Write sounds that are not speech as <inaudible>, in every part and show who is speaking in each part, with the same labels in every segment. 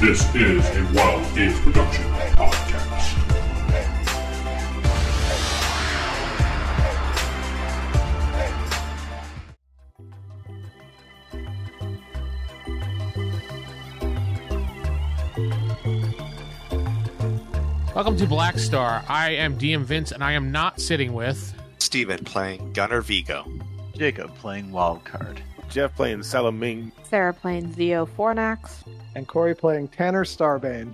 Speaker 1: This is a Wild Games Production podcast.
Speaker 2: Welcome to Black Star. I am DM Vince, and I am not sitting with.
Speaker 3: Steven playing Gunner Vigo.
Speaker 4: Jacob playing wildcard.
Speaker 5: Jeff playing Salaming.
Speaker 6: Sarah playing Zeo Fornax.
Speaker 7: and Corey playing Tanner Starbane.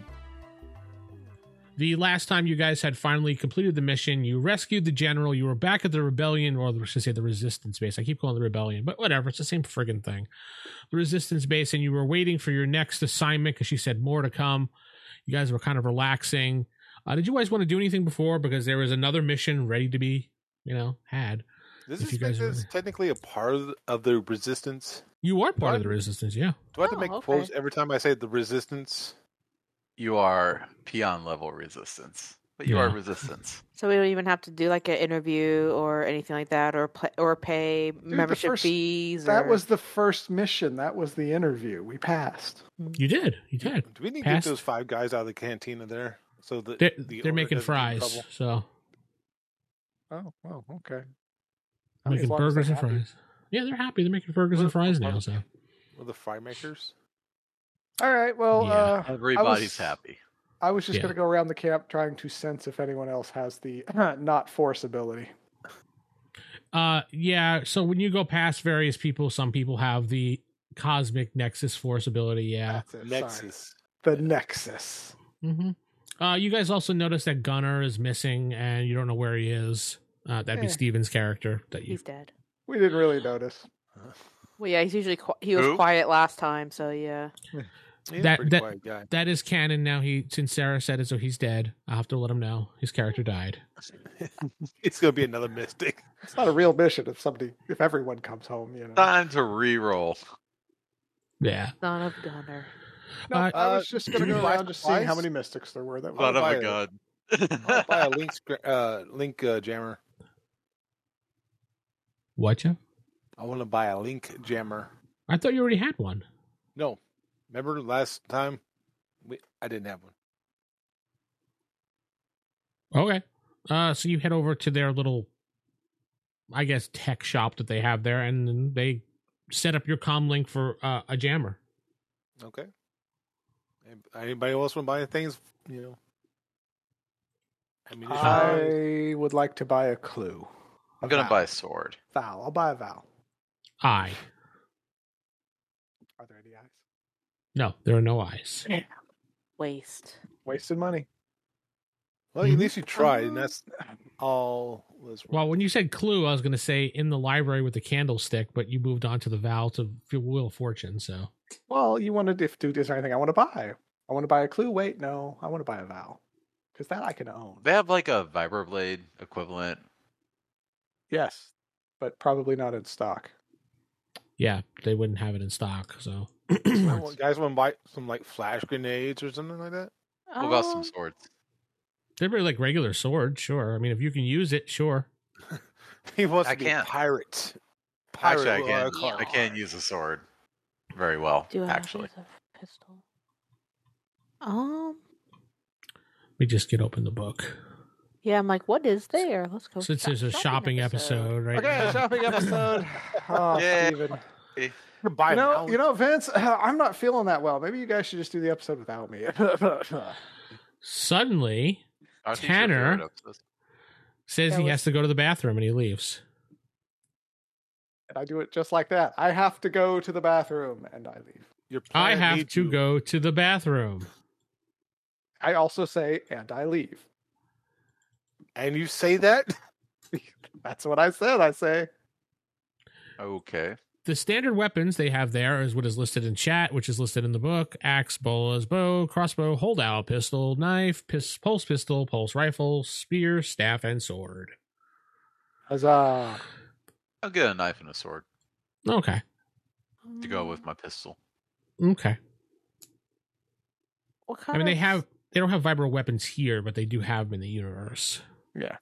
Speaker 2: The last time you guys had finally completed the mission, you rescued the general. You were back at the rebellion, or let's just say the resistance base. I keep calling it the rebellion, but whatever. It's the same friggin' thing. The resistance base, and you were waiting for your next assignment because she said more to come. You guys were kind of relaxing. Uh, did you guys want to do anything before? Because there was another mission ready to be, you know, had.
Speaker 5: Does
Speaker 2: If
Speaker 5: this
Speaker 2: you guys
Speaker 5: make this
Speaker 2: really-
Speaker 5: technically a part of the, of the resistance?
Speaker 2: You are part of the resistance, yeah.
Speaker 5: Do I have to
Speaker 6: Oh,
Speaker 5: make
Speaker 6: okay.
Speaker 5: quotes every time I say the resistance?
Speaker 4: You are peon level resistance, but you are
Speaker 2: Yeah. <laughs>
Speaker 4: resistance.
Speaker 6: So we don't even have to do like an interview or anything like that, or pla or pay membership
Speaker 7: first-
Speaker 6: fees.
Speaker 7: That
Speaker 6: or-
Speaker 7: was the first mission. That was the interview. We passed.
Speaker 2: You did. You did.
Speaker 5: Do we need
Speaker 2: Passed.
Speaker 5: to get those five guys out of the cantina there? So that
Speaker 2: They're,
Speaker 5: the
Speaker 2: they're
Speaker 5: owner
Speaker 2: making
Speaker 5: doesn't get
Speaker 2: fries,
Speaker 5: in trouble?
Speaker 2: so
Speaker 7: Oh, well, okay.
Speaker 2: making burgers and fries. Yeah, they're happy. They're making burgers and fries now. So
Speaker 5: Or the fry makers?
Speaker 7: All right. Well,
Speaker 2: Yeah.
Speaker 7: uh,
Speaker 4: Everybody's
Speaker 7: was-
Speaker 4: happy.
Speaker 7: I was just
Speaker 2: Yeah.
Speaker 7: going to go around the camp trying to sense if anyone else has the <clears throat> not force ability.
Speaker 2: Uh, yeah. So when you go past various people, some people have the cosmic nexus force ability. Yeah.
Speaker 7: That's it. Sorry.
Speaker 5: Nexus.
Speaker 7: The Nexus.
Speaker 2: Mm-hmm. Uh, you guys also notice that Gunnar is missing, and you don't know where he is. Uh, that'd be
Speaker 7: Eh.
Speaker 2: Steven's character that you.
Speaker 6: He's dead.
Speaker 7: We didn't really notice.
Speaker 6: Well, yeah, he's usually qui- he was
Speaker 4: Who?
Speaker 6: quiet last time, so yeah.
Speaker 5: He's
Speaker 2: That-
Speaker 5: a pretty
Speaker 2: that-
Speaker 5: quiet guy.
Speaker 2: That is canon now. He since Sarah said it, so he's dead. I will have to let him know his character died.
Speaker 5: It's going to be another mystic.
Speaker 7: It's not a real mission if somebody, if everyone comes home, you know.
Speaker 4: Time to re-roll.
Speaker 2: Yeah.
Speaker 6: Son of Gunner.
Speaker 7: No,
Speaker 2: Uh,
Speaker 7: I was just going to
Speaker 5: you
Speaker 7: go
Speaker 5: buy
Speaker 7: around just seeing how
Speaker 5: supplies?
Speaker 7: many mystics there were. That
Speaker 5: Well,
Speaker 4: Son
Speaker 7: was,
Speaker 4: of
Speaker 5: buy
Speaker 4: a
Speaker 5: it.
Speaker 4: gun.
Speaker 5: <laughs> I'll
Speaker 4: <laughs>
Speaker 5: buy a link, scra- uh, link uh, jammer.
Speaker 2: What you?
Speaker 5: I want to buy a link jammer.
Speaker 2: I thought you already had one.
Speaker 5: No. Remember last time? We, I didn't have one.
Speaker 2: Okay. Uh, so you head over to their little, I guess, tech shop that they have there, and then they set up your comm link for uh, a jammer.
Speaker 5: Okay. An- Anybody else want to buy things? You know. I mean,
Speaker 7: I would like to buy a clue. A
Speaker 4: I'm gonna
Speaker 7: vowel.
Speaker 4: buy a sword.
Speaker 7: Vowel. I'll buy a vowel.
Speaker 2: Eye.
Speaker 7: Are there any eyes?
Speaker 2: No, there are no eyes.
Speaker 6: Waste.
Speaker 7: Wasted money.
Speaker 5: well, at least you tried, and that's all. Was
Speaker 2: Well, when you said clue, I was going to say in the library with the candlestick, but you moved on to the vowel to feel Wheel of Fortune. So
Speaker 7: Well, you want to if do is there anything I want to buy? I want to buy a clue. Wait, no, I want to buy a vowel because that I can own.
Speaker 4: They have like a vibroblade equivalent.
Speaker 7: Yes, but probably not
Speaker 5: <laughs>
Speaker 7: in stock.
Speaker 2: yeah, they wouldn't have it in stock. <clears throat> So
Speaker 5: I want- guys want to buy some like flash grenades or something like that? <laughs>
Speaker 4: What about some
Speaker 6: Um,
Speaker 4: swords?
Speaker 2: they're really like regular sword. Sure. I mean, if you can use it, sure.
Speaker 5: He wants
Speaker 4: I
Speaker 5: to be
Speaker 4: can't.
Speaker 5: a pirate.
Speaker 4: Actually, I
Speaker 5: with a
Speaker 4: can't.
Speaker 5: car.
Speaker 4: I can't use a sword very well.
Speaker 6: Do I have
Speaker 4: actually,
Speaker 6: to use a pistol? Um.
Speaker 2: Let me just get open the book
Speaker 6: Yeah, I'm like, what is there? Let's go.
Speaker 2: since
Speaker 6: shop-
Speaker 2: there's a shopping episode, right?
Speaker 7: Okay,
Speaker 2: now.
Speaker 7: shopping episode.
Speaker 5: Ah,
Speaker 7: oh,
Speaker 4: Yay.
Speaker 7: Steven.
Speaker 5: You can buy
Speaker 7: You
Speaker 5: an
Speaker 7: know,
Speaker 5: ounce.
Speaker 7: you know, Vince, <laughs> I'm not feeling that well. Maybe you guys should just do the episode without me. <laughs>
Speaker 2: Suddenly
Speaker 4: Aren't these your
Speaker 2: Tanner.
Speaker 4: favorite episodes?
Speaker 2: says
Speaker 6: That
Speaker 2: he
Speaker 6: was-
Speaker 2: has to go to the bathroom and he leaves.
Speaker 7: and I do it just like that. I have to go to the bathroom and I leave.
Speaker 5: <laughs> Your
Speaker 2: I
Speaker 5: planet
Speaker 2: have
Speaker 5: needs
Speaker 2: to
Speaker 5: you.
Speaker 2: go to the bathroom.
Speaker 7: I also say and I leave.
Speaker 5: and you say that. <laughs>
Speaker 7: That's what I said. I say
Speaker 4: Okay.
Speaker 2: The standard weapons they have there is what is listed in chat, which is listed in the book: axe, bolas, bow, crossbow, holdout, pistol, knife, pis- pulse pistol, pulse rifle, spear, staff, and sword.
Speaker 7: huzzah. <laughs>
Speaker 4: I'll get a knife and a sword
Speaker 2: Okay,
Speaker 4: to go
Speaker 6: Mm. Um,
Speaker 4: with my pistol.
Speaker 2: okay.
Speaker 6: What kind
Speaker 2: I mean, they
Speaker 6: of-
Speaker 2: have they don't have vibro weapons here, but they do have them in the universe.
Speaker 4: Yeah.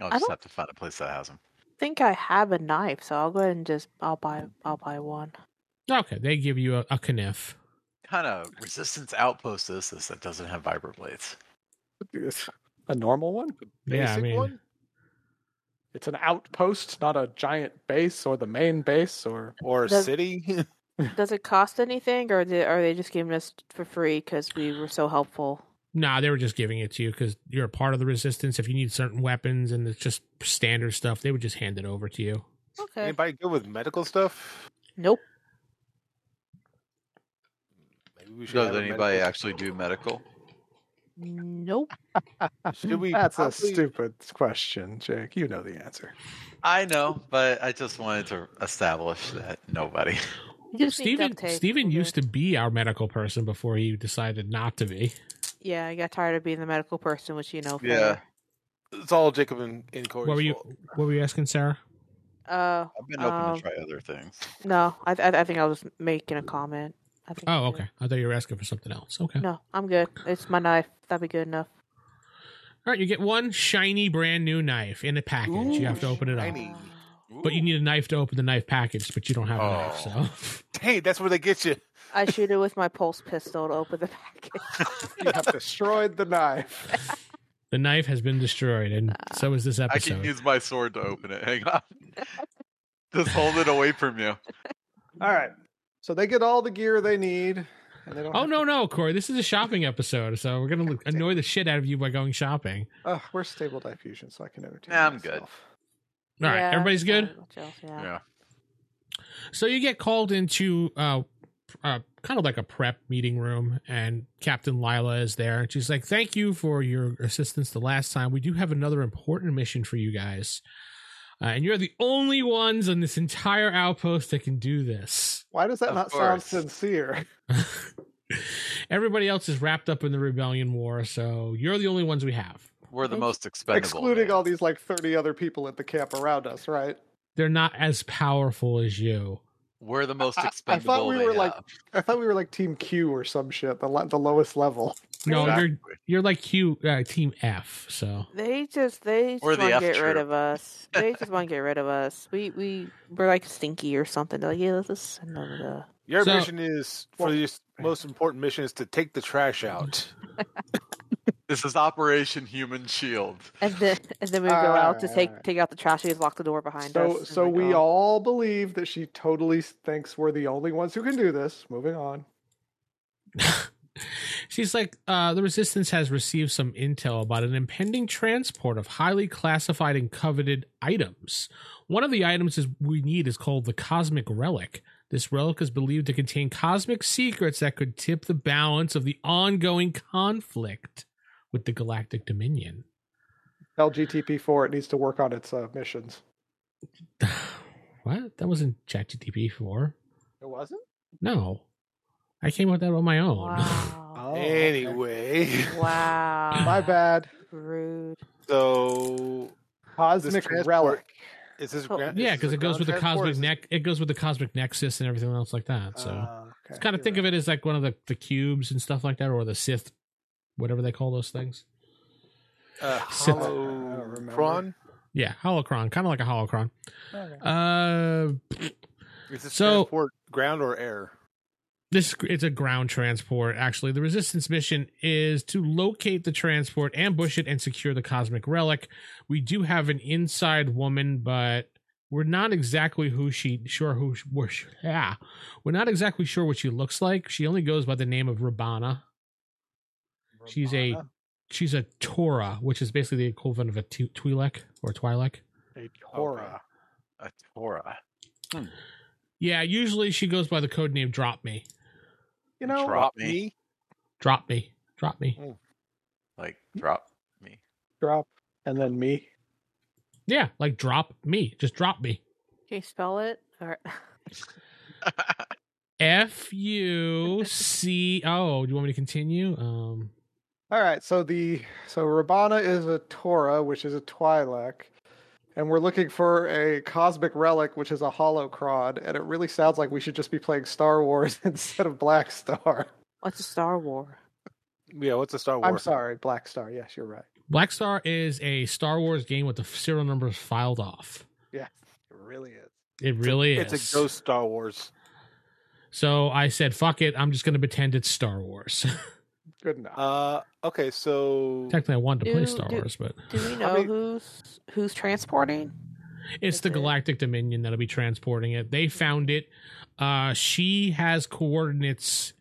Speaker 4: I'll
Speaker 6: I
Speaker 4: just
Speaker 6: don't-
Speaker 4: have to find a place that has them.
Speaker 6: think I have a knife, so I'll go ahead and just I'll buy I'll buy one.
Speaker 2: Okay, they give you a, a kniff.
Speaker 4: kind of resistance outpost is this that doesn't have vibra blades?
Speaker 7: It's a normal one.
Speaker 2: yeah, I
Speaker 5: Basic
Speaker 2: mean,
Speaker 5: one?
Speaker 7: It's an outpost, not a giant base or the main base or
Speaker 5: or
Speaker 4: <laughs>
Speaker 6: Does-
Speaker 5: city?
Speaker 6: Does it cost anything, or they, are they just giving us for free because we were so helpful?
Speaker 2: nah, they were just giving it to you because you're a part of the resistance. If you need certain weapons and it's just standard stuff, they would just hand it over to you.
Speaker 6: Okay.
Speaker 5: Anybody good with medical stuff?
Speaker 6: Nope.
Speaker 5: Maybe we should
Speaker 4: Does
Speaker 5: have a
Speaker 4: anybody
Speaker 5: medical-
Speaker 4: actually do medical?
Speaker 6: Nope.
Speaker 5: Should
Speaker 2: <laughs>
Speaker 5: we
Speaker 7: That's a
Speaker 5: probably-
Speaker 7: stupid question, Jake. You know the answer.
Speaker 4: I know, but I just wanted to establish that nobody.
Speaker 6: You just need
Speaker 2: Steven,
Speaker 6: duct tape.
Speaker 2: Steven
Speaker 6: Okay.
Speaker 2: used to be our medical person before he decided not to be.
Speaker 6: Yeah, I got tired of being the medical person, which you know.
Speaker 4: Yeah.
Speaker 5: It's all Jacob and, and Corey's
Speaker 2: What were you?
Speaker 5: fault.
Speaker 2: What were you asking, Sarah?
Speaker 6: fair. Uh,
Speaker 4: <laughs> I've been open
Speaker 6: Um,
Speaker 4: to try other things.
Speaker 6: no, I, I, I think I was making a comment. I think
Speaker 2: Oh,
Speaker 6: I'm good.
Speaker 2: okay. I thought you were asking for something else. Okay.
Speaker 6: No, I'm good. It's my knife. That'd be good enough.
Speaker 2: All right, you get one shiny brand new knife in a package. you have to open it up.
Speaker 5: shiny.
Speaker 2: But you need a knife to open the knife package, but you don't have a
Speaker 4: Oh.
Speaker 2: knife, so <laughs>
Speaker 5: Hey, that's where they get you.
Speaker 6: I shoot it with my pulse pistol to open the <laughs> package.
Speaker 7: You have destroyed the knife.
Speaker 2: the knife has been destroyed, and so is this
Speaker 4: I can
Speaker 2: episode.
Speaker 4: use my sword to open it. Hang on. <laughs> just hold it away from you.
Speaker 7: <laughs> All right. So they get all the gear they need, and they don't.
Speaker 2: Oh
Speaker 7: have
Speaker 2: no,
Speaker 7: to-
Speaker 2: no, Corey! This is a shopping episode, so we're gonna annoy the shit out of you by going shopping.
Speaker 7: Ugh, we're stable diffusion, so I can entertain.
Speaker 4: Nah, I'm good.
Speaker 7: myself.
Speaker 2: All right,
Speaker 6: Yeah,
Speaker 2: everybody's
Speaker 6: yeah,
Speaker 2: good.
Speaker 6: much else, Yeah.
Speaker 4: Yeah.
Speaker 2: So you get called into uh, uh, kind of like a prep meeting room, and Captain Lila is there, and she's like, "Thank you for your assistance the last time. We do have another important mission for you guys, uh, and you're the only ones on this entire outpost that can do this." <laughs>
Speaker 7: Why does that
Speaker 4: Of
Speaker 7: not sound
Speaker 4: course.
Speaker 7: sincere?
Speaker 2: Everybody else is wrapped up in the rebellion war, so you're the only ones we have.
Speaker 4: We're the
Speaker 6: Thank-
Speaker 4: most expendable.
Speaker 7: Excluding
Speaker 4: man.
Speaker 7: all these like thirty other people at the camp around us, right?
Speaker 2: They're not as powerful as you.
Speaker 4: We're the most
Speaker 7: I- I- I thought
Speaker 4: expendable.
Speaker 7: we
Speaker 4: they
Speaker 7: were, like,
Speaker 4: have.
Speaker 7: I thought we were like Team Q or some shit, the le- the lowest level.
Speaker 2: No,
Speaker 4: Exactly.
Speaker 2: you're you're like Q uh, team F. So <laughs>
Speaker 6: They just they just
Speaker 4: Or
Speaker 6: want
Speaker 4: the
Speaker 6: to
Speaker 4: F
Speaker 6: get rid
Speaker 4: troop.
Speaker 6: of us. They just want to get rid of us. We we we're like stinky or something. They're like, yeah, let's just send them
Speaker 4: <laughs>
Speaker 6: to.
Speaker 5: Your
Speaker 2: So-
Speaker 5: mission is for
Speaker 7: Well-
Speaker 5: this most important mission is to take the trash out.
Speaker 4: This is Operation Human Shield.
Speaker 6: And then and then we go out to take
Speaker 7: Alright.
Speaker 6: take out the trash. We just lock the door behind us.
Speaker 7: So
Speaker 6: and oh,
Speaker 7: so
Speaker 6: we're
Speaker 7: we
Speaker 6: gone.
Speaker 7: all believe that she totally thinks we're the only ones who can do this. Moving on.
Speaker 2: She's like, uh, the resistance has received some intel about an impending transport of highly classified and coveted items. One of the items is we need is called the Cosmic Relic. This relic is believed to contain cosmic secrets that could tip the balance of the ongoing conflict with the Galactic Dominion. <sighs>
Speaker 7: LGTP four, it needs to work on its uh, missions.
Speaker 2: what? That wasn't ChatGTP for?
Speaker 7: It wasn't.
Speaker 2: No, I came up with that on my own. Oh,
Speaker 7: Oh,
Speaker 6: Wow.
Speaker 5: anyway,
Speaker 6: wow.
Speaker 7: <laughs> my bad.
Speaker 6: Rude.
Speaker 5: <laughs> so
Speaker 7: Cosmic
Speaker 5: transport-
Speaker 7: relic.
Speaker 5: is this?
Speaker 6: Oh.
Speaker 5: gra-
Speaker 2: yeah,
Speaker 5: is
Speaker 2: because
Speaker 5: this a
Speaker 2: it goes
Speaker 5: ground
Speaker 2: with the
Speaker 5: transport?
Speaker 2: cosmic
Speaker 5: Is this-
Speaker 2: neck. It goes with the cosmic nexus and everything else like that. So.
Speaker 5: Uh,
Speaker 7: Uh,
Speaker 2: Just kind of think of it as like one of the, the cubes and stuff like that, or the Sith, whatever they call those things.
Speaker 5: Uh,
Speaker 2: <laughs> So-
Speaker 7: I don't
Speaker 5: hollow
Speaker 7: remember.
Speaker 5: prawn.
Speaker 2: Yeah, holocron, kind of like a holocron.
Speaker 7: Okay.
Speaker 2: Uh,
Speaker 5: Is this
Speaker 2: So-
Speaker 5: transport ground or air?
Speaker 2: this it's a ground transport. Actually, the Resistance mission is to locate the transport, ambush it, and secure the cosmic relic. We do have an inside woman, but we're not exactly who she sure who she- where she, yeah we're not exactly sure what she looks like. She only goes by the name of Rabana. She's a
Speaker 5: Ramana?
Speaker 2: she's a Torah, which is basically the equivalent of a tu- Twi'lek or Twi'lek.
Speaker 7: a Torah.
Speaker 4: A Torah.
Speaker 2: Yeah, usually she goes by the code name Drop Me.
Speaker 7: You know,
Speaker 4: drop me.
Speaker 5: me.
Speaker 2: Drop Me. Drop Me.
Speaker 4: Like drop <laughs> me.
Speaker 7: drop and then me.
Speaker 2: Yeah, like drop me. Just drop me.
Speaker 6: Can you spell it? Or <laughs>
Speaker 2: F U C O. Do you want me to continue? Um
Speaker 7: All right, so the so Rabana is a Torah, which is a Twi'lek, and we're looking for a cosmic relic, which is a holocron, and it really sounds like we should just be playing Star Wars <laughs> instead of Black Star.
Speaker 6: what's a Star War?
Speaker 5: Yeah, what's a Star Wars?
Speaker 7: I'm sorry, Black Star. Yes, you're right.
Speaker 2: Black Star is a Star Wars game with the serial numbers filed off.
Speaker 7: Yeah, it really is.
Speaker 2: It really
Speaker 5: it's
Speaker 2: is.
Speaker 5: a ghost Star Wars.
Speaker 2: So I said, fuck it. I'm just going to pretend it's Star Wars. <laughs>
Speaker 7: Good enough.
Speaker 5: Uh, okay, so
Speaker 2: Technically, I wanted to play
Speaker 6: Do-
Speaker 2: Star
Speaker 6: do-
Speaker 2: Wars, but
Speaker 6: Do we know
Speaker 5: mean-
Speaker 6: who's who's transporting?
Speaker 2: it's the
Speaker 6: Okay.
Speaker 2: Galactic Dominion that'll be transporting it. They found it. Uh, she has coordinates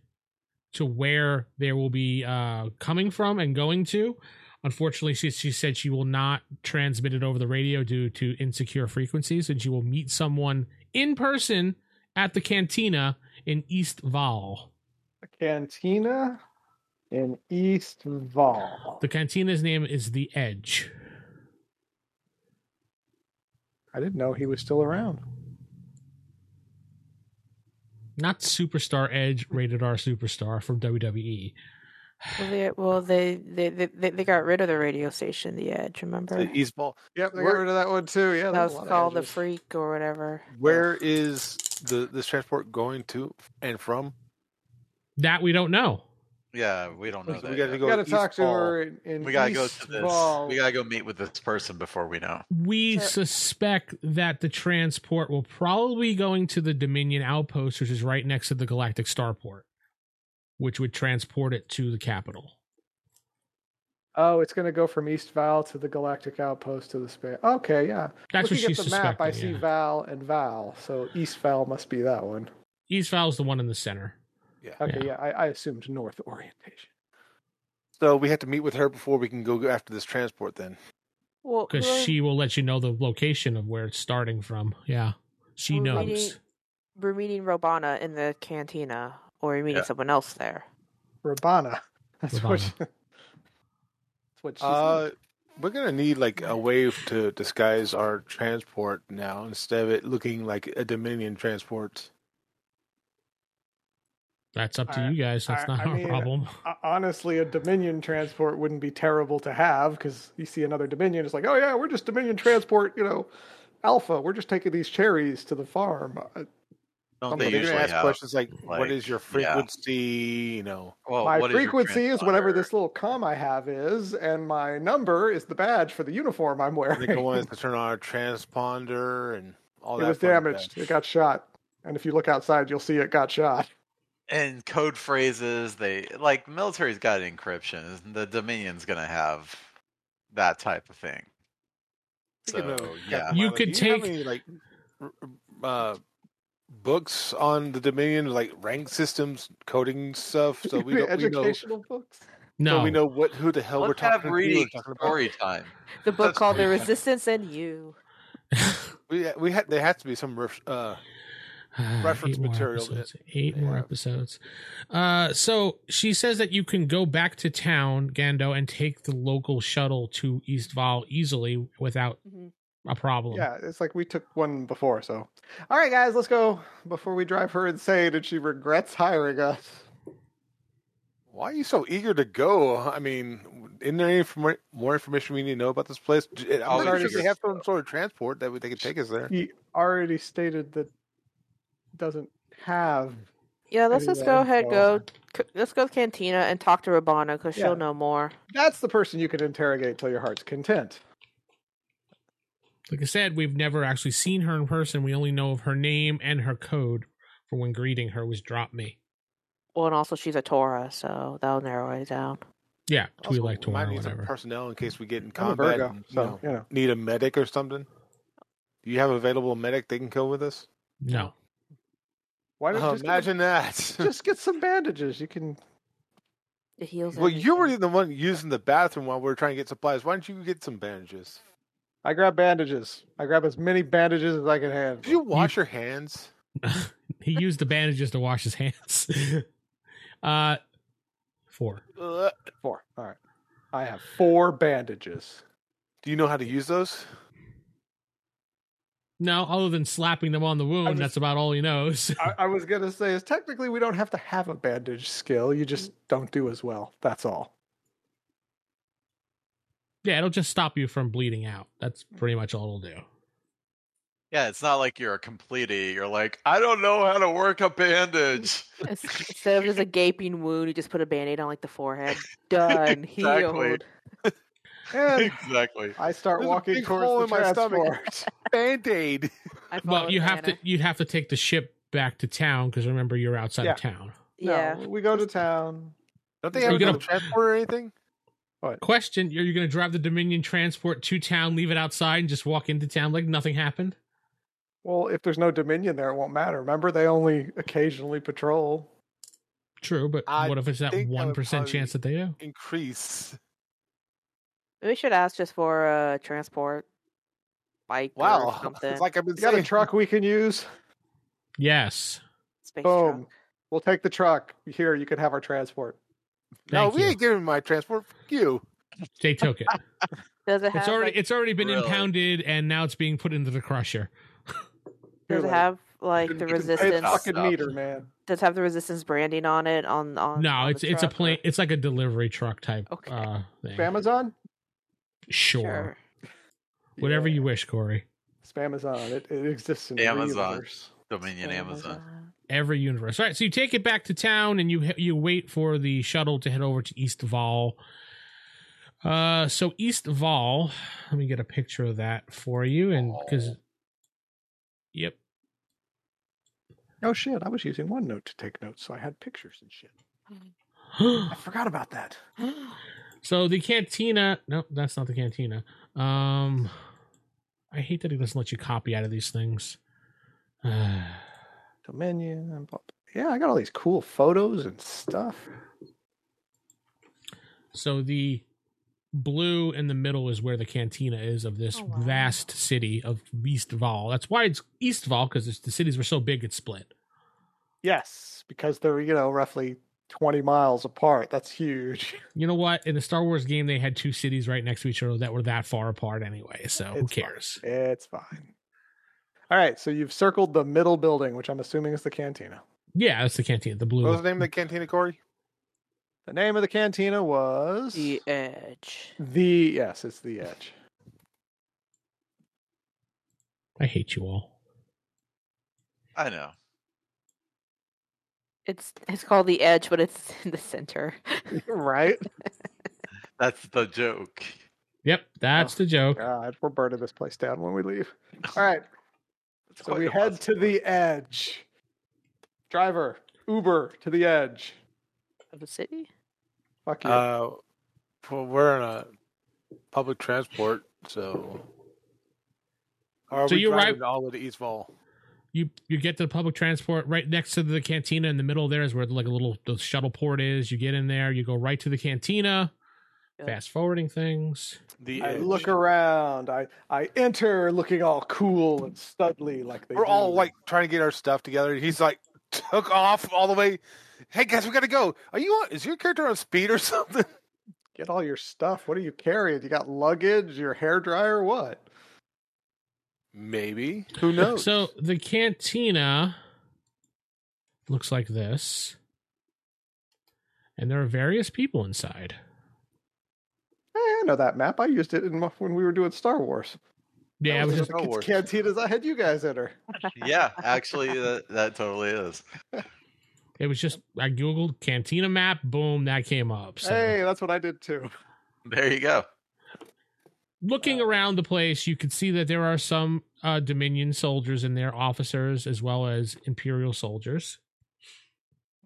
Speaker 2: to where they will be uh, coming from and going to. Unfortunately, she, she said she will not transmit it over the radio due to insecure frequencies, and she will meet someone in person at the cantina in East Val.
Speaker 7: The cantina in East Val.
Speaker 2: The cantina's name is The Edge.
Speaker 7: I didn't know he was still around.
Speaker 2: not superstar edge rated r superstar from E. wwe
Speaker 6: Well, they, well they, they, they, they they got rid of the radio station, The Edge, remember?
Speaker 5: the East Ball.
Speaker 7: Yep, they got
Speaker 5: Where-
Speaker 7: rid of that one too. Yeah,
Speaker 6: that
Speaker 7: there's
Speaker 6: was
Speaker 7: a lot of
Speaker 6: called The
Speaker 7: edges.
Speaker 6: Freak or whatever.
Speaker 5: Where is the this transport going to and from?
Speaker 2: that we don't know
Speaker 4: Yeah, we
Speaker 7: Oh,
Speaker 4: don't know
Speaker 5: So
Speaker 4: that.
Speaker 5: we got to
Speaker 4: yet.
Speaker 5: go
Speaker 7: We gotta
Speaker 5: East
Speaker 7: talk to
Speaker 5: Ball.
Speaker 7: her in, in
Speaker 4: we gotta go
Speaker 7: East
Speaker 4: to this.
Speaker 7: Val.
Speaker 4: We gotta go meet with this person before we know.
Speaker 2: we
Speaker 6: So-
Speaker 2: suspect that the transport will probably going to the dominion outpost which is right next to the galactic starport which would transport it to the capital
Speaker 7: Oh, it's gonna go from East Val to the Galactic Outpost to the space. Okay, yeah.
Speaker 2: that's
Speaker 7: Looking
Speaker 2: what she's
Speaker 7: at the map, I see
Speaker 2: suspecting yeah.
Speaker 7: Val and Val, so East Val must be that one.
Speaker 2: east val's the one in the center
Speaker 7: Okay,
Speaker 2: Yeah.
Speaker 7: yeah, I, I assumed north orientation.
Speaker 5: So we have to meet with her before we can go after this transport. Then
Speaker 6: Well,
Speaker 2: because
Speaker 6: who are-
Speaker 2: she will let you know the location of where it's starting from yeah she
Speaker 7: Oh,
Speaker 6: We're
Speaker 2: knows
Speaker 6: meeting- we're meeting Robana in the cantina, or you're meeting
Speaker 4: Yeah.
Speaker 6: someone else there.
Speaker 7: Rabana. <laughs> That's
Speaker 2: Rabana.
Speaker 7: what. She, that's what she.
Speaker 5: uh, we're gonna need like a way to disguise our transport now instead of it looking like a Dominion transport.
Speaker 2: that's up to
Speaker 7: I-
Speaker 2: you guys that's
Speaker 7: I-
Speaker 2: not
Speaker 7: I
Speaker 2: our
Speaker 7: mean,
Speaker 2: problem
Speaker 7: honestly, a Dominion transport wouldn't be terrible to have because you see another Dominion, it's like, oh yeah, we're just Dominion transport, you know, Alpha. We're just taking these cherries to the farm. Uh,
Speaker 4: Don't
Speaker 7: Um,
Speaker 5: But
Speaker 4: they
Speaker 5: they're
Speaker 4: usually
Speaker 5: gonna ask
Speaker 4: have?
Speaker 5: questions like,
Speaker 4: like,
Speaker 5: "What is your
Speaker 4: yeah.
Speaker 5: frequency?" You know,
Speaker 4: Well,
Speaker 7: my
Speaker 4: Oh, what your
Speaker 7: frequency is whatever
Speaker 4: transponder?
Speaker 7: this little com I have is, and my number is the badge for the uniform I'm
Speaker 5: I think I
Speaker 7: <laughs> wearing.
Speaker 5: wanted to turn on our transponder and all
Speaker 7: it
Speaker 5: that.
Speaker 7: was
Speaker 5: fun
Speaker 7: damaged.
Speaker 5: stuff.
Speaker 7: It got shot. And if you look outside, you'll see it got shot.
Speaker 4: and code phrases. They like military's got encryption. The Dominion's gonna have that type of thing.
Speaker 5: Speaking
Speaker 4: So
Speaker 5: of
Speaker 4: yeah,
Speaker 5: Captain
Speaker 2: You
Speaker 5: Milo,
Speaker 2: could
Speaker 5: do you have
Speaker 2: take-
Speaker 5: any, like r- r- uh, books on the Dominion, like rank systems, coding <laughs> stuff, so
Speaker 7: <laughs>
Speaker 5: we don't we know.
Speaker 7: educational books.
Speaker 2: no
Speaker 5: So we know what who the hell we're
Speaker 4: let's have
Speaker 5: talking, who we're
Speaker 4: reading
Speaker 5: talking about.
Speaker 4: story time.
Speaker 6: The book
Speaker 4: That's
Speaker 6: called The
Speaker 4: pretty-
Speaker 6: Resistance and You.
Speaker 5: We we had there has to be some ref, uh, <sighs> reference
Speaker 2: eight more
Speaker 5: material that-
Speaker 2: Episodes. Eight more
Speaker 5: yeah.
Speaker 2: episodes. Uh, so she says that you can go back to town, Gando, and take the local shuttle to East Val easily without
Speaker 6: Mhm.
Speaker 2: a problem.
Speaker 7: Yeah, it's like we took one before, so. All right, guys, let's go before we drive her insane and she regrets hiring us.
Speaker 5: Why are you so eager to go? I mean, isn't there any inform- more information we need to know about this place? J- I'm
Speaker 7: Oh,
Speaker 4: Always
Speaker 5: pretty sure
Speaker 4: eager.
Speaker 5: they have some sort of transport that we- they can take us there.
Speaker 7: He already stated that doesn't have.
Speaker 6: Yeah, let's just go
Speaker 7: Anyway,
Speaker 6: ahead,
Speaker 7: so-
Speaker 6: go. c- Let's go to cantina and talk to Robana because
Speaker 7: Yeah.
Speaker 6: she'll know more.
Speaker 7: That's the person you can interrogate till your heart's content.
Speaker 2: Like I said, we've never actually seen her in person. We only know of her name and her code for when greeting her was drop me.
Speaker 6: Well, and also she's a Torah, so that'll narrow it down.
Speaker 2: Yeah,
Speaker 5: Also,
Speaker 2: Twi'lek
Speaker 5: we
Speaker 2: Torah
Speaker 5: might
Speaker 2: or
Speaker 5: need some
Speaker 2: whatever.
Speaker 5: personnel in case we get in
Speaker 7: I'm a
Speaker 5: combat.
Speaker 7: Virgo,
Speaker 5: and, you
Speaker 7: so,
Speaker 5: know,
Speaker 7: you know.
Speaker 5: need a medic or something. Do you have available medic they can go with us?
Speaker 2: No.
Speaker 7: Why don't you
Speaker 5: Oh,
Speaker 7: just, get,
Speaker 5: imagine <laughs> that.
Speaker 7: <laughs> just get some bandages? You can
Speaker 6: It heals.
Speaker 5: well, you were
Speaker 6: everything.
Speaker 5: the one using the bathroom while we were trying to get supplies. Why don't you get some bandages?
Speaker 7: I grab bandages. I grab as many bandages as I can handle.
Speaker 5: Did you wash your hands?
Speaker 2: <laughs> he used the bandages to wash his hands. <laughs> uh, four.
Speaker 5: Ugh.
Speaker 7: four? All right. I have four bandages.
Speaker 5: Do you know how to use those?
Speaker 2: No, other than slapping them on the wound,
Speaker 7: just-
Speaker 2: that's about all he knows. <laughs>
Speaker 7: I, I was gonna say is technically we don't have to have a bandage skill. You just don't do as well. That's all.
Speaker 2: Yeah, it'll just stop you from bleeding out. That's pretty much all it'll do.
Speaker 4: Yeah, it's not like you're a complete idiot. You're like, I don't know how to work a
Speaker 5: <laughs>
Speaker 4: bandage. <laughs>
Speaker 6: Ins- Instead of just a gaping wound, you just put a band aid on like the forehead. Done.
Speaker 4: Exactly.
Speaker 6: Healed.
Speaker 5: <laughs>
Speaker 7: And
Speaker 4: exactly.
Speaker 7: I start
Speaker 5: There's a
Speaker 7: walking
Speaker 5: big
Speaker 7: towards
Speaker 5: hole
Speaker 7: the
Speaker 5: in my stomach.
Speaker 7: transport.
Speaker 5: Band aid.
Speaker 6: I
Speaker 2: Well,
Speaker 6: follow
Speaker 2: you have
Speaker 6: Diana.
Speaker 2: to you'd have to take the ship back to town because remember you're outside
Speaker 7: Yeah.
Speaker 2: of town.
Speaker 6: Yeah.
Speaker 7: No, we go to town.
Speaker 5: Don't they
Speaker 2: So
Speaker 5: have
Speaker 2: you get
Speaker 5: another
Speaker 2: a-
Speaker 5: transport or anything?
Speaker 2: Question: Are you going to drive the Dominion transport to town, leave it outside, and just walk into town like nothing happened?
Speaker 7: Well, if there's no Dominion there, it won't matter. Remember, they only occasionally patrol.
Speaker 2: True, but
Speaker 5: I
Speaker 2: what if it's that
Speaker 5: think I would
Speaker 2: one percent
Speaker 5: probably-
Speaker 2: chance that they do?
Speaker 5: Increase.
Speaker 6: We should ask just for uh transport bike or
Speaker 5: Wow. <laughs>
Speaker 6: something.
Speaker 5: It's like I've been
Speaker 7: You got a
Speaker 5: saying.
Speaker 7: truck we can use?
Speaker 2: Yes.
Speaker 6: Space truck.
Speaker 7: Boom. We'll take the truck. Here, you can have our transport.
Speaker 5: No,
Speaker 2: Thank
Speaker 5: we
Speaker 2: you.
Speaker 5: ain't giving my transport. Fuck you.
Speaker 2: They took it.
Speaker 6: Does it have
Speaker 2: It's already
Speaker 6: like,
Speaker 2: it's already been
Speaker 4: Really?
Speaker 2: impounded and now it's being put into the crusher.
Speaker 7: Here,
Speaker 6: does it
Speaker 7: like,
Speaker 6: have like
Speaker 7: you
Speaker 6: the
Speaker 7: can Pay the
Speaker 6: resistance
Speaker 7: fucking
Speaker 4: Stop.
Speaker 7: meter, man.
Speaker 6: does it have the resistance branding on it on on
Speaker 2: No,
Speaker 6: on
Speaker 2: it's
Speaker 6: the
Speaker 2: it's a
Speaker 6: truck, or-
Speaker 2: plane. It's like a delivery truck type.
Speaker 6: Okay.
Speaker 2: Uh, thing.
Speaker 7: Spamazon?
Speaker 2: Sure.
Speaker 6: Sure.
Speaker 2: Whatever
Speaker 7: Yeah.
Speaker 2: you wish, Corey.
Speaker 7: Spamazon. It, it exists in
Speaker 4: Amazon.
Speaker 7: Amazon. Universe.
Speaker 4: Dominion Amazon.
Speaker 2: Every universe. All right. So you take it back to town and you he- you wait for the shuttle to head over to East Val. Uh, so East Val. Let me get a picture of that for you, and because. Yep. <gasps>
Speaker 7: Oh shit! I was using OneNote to take notes, so I had pictures and shit. I forgot about that.
Speaker 2: So the cantina. No, that's not the cantina. Um, I hate that it doesn't let you copy out of these things. <sighs> Uh,
Speaker 7: Dominion. And blah, blah. Yeah, I got all these cool photos and stuff.
Speaker 2: so the blue in the middle is where the cantina is of this
Speaker 6: Oh, wow.
Speaker 2: vast city of Eastval. That's why it's Eastval because the cities were so big it's split.
Speaker 7: Yes, because they're you know roughly twenty miles apart. That's huge.
Speaker 2: You know what? In the Star Wars game, they had two cities right next to each other that were that far apart anyway. So who
Speaker 7: It's fine.
Speaker 2: cares?
Speaker 7: It's fine. All right, so you've circled the middle building, which I'm assuming is the cantina.
Speaker 2: Yeah, that's the cantina. The blue.
Speaker 5: What was the name of the cantina, Corey?
Speaker 7: The name of the cantina was
Speaker 6: The edge.
Speaker 7: The- yes, it's the Edge.
Speaker 2: I hate you all.
Speaker 4: I know.
Speaker 6: It's it's called the edge, but it's <laughs> in the center.
Speaker 7: right?
Speaker 4: That's the joke.
Speaker 2: Yep, that's
Speaker 7: Oh,
Speaker 2: the joke.
Speaker 7: God, we're burning this place down when we leave. All right,
Speaker 4: It's
Speaker 7: so
Speaker 4: quite
Speaker 7: we
Speaker 4: a
Speaker 7: head to
Speaker 4: possibility.
Speaker 7: the Edge. Driver, Uber to the Edge.
Speaker 6: of the city?
Speaker 7: Fuck you.
Speaker 5: Uh, well, we're on a public transport, so. Are
Speaker 2: So
Speaker 5: we
Speaker 2: you arrive-
Speaker 5: driving all the way to East Fall?
Speaker 2: you you get to the public transport right next to the cantina in the middle there is where like a little the shuttle port is you get in there you go right to the cantina
Speaker 6: Yeah.
Speaker 2: fast forwarding things
Speaker 5: The
Speaker 7: I
Speaker 5: edge.
Speaker 7: look around. I I enter looking all cool and studly like they
Speaker 5: We're all
Speaker 7: do.
Speaker 5: like trying to get our stuff together. He's like took off all the way. Hey guys, we gotta go. Are you on? Is your character on speed or <laughs> something?
Speaker 7: get all your stuff. What are you carrying? You got luggage, your hair dryer, what?
Speaker 5: Maybe. <laughs> Who knows?
Speaker 2: so the cantina looks like this and there are various people inside
Speaker 7: Eh, I know that map. I used it in, when we were doing Star Wars.
Speaker 2: yeah
Speaker 5: That
Speaker 2: it was
Speaker 5: was
Speaker 2: just
Speaker 5: Star Wars.
Speaker 7: cantinas I had you guys enter.
Speaker 4: Yeah, actually, that, that totally is.
Speaker 2: it was just i googled cantina map boom that came up so
Speaker 7: Hey, that's what I
Speaker 5: <laughs>
Speaker 7: did too.
Speaker 4: There you go.
Speaker 2: looking around the place, you can see that there are some uh, Dominion soldiers and their officers, as well as Imperial soldiers.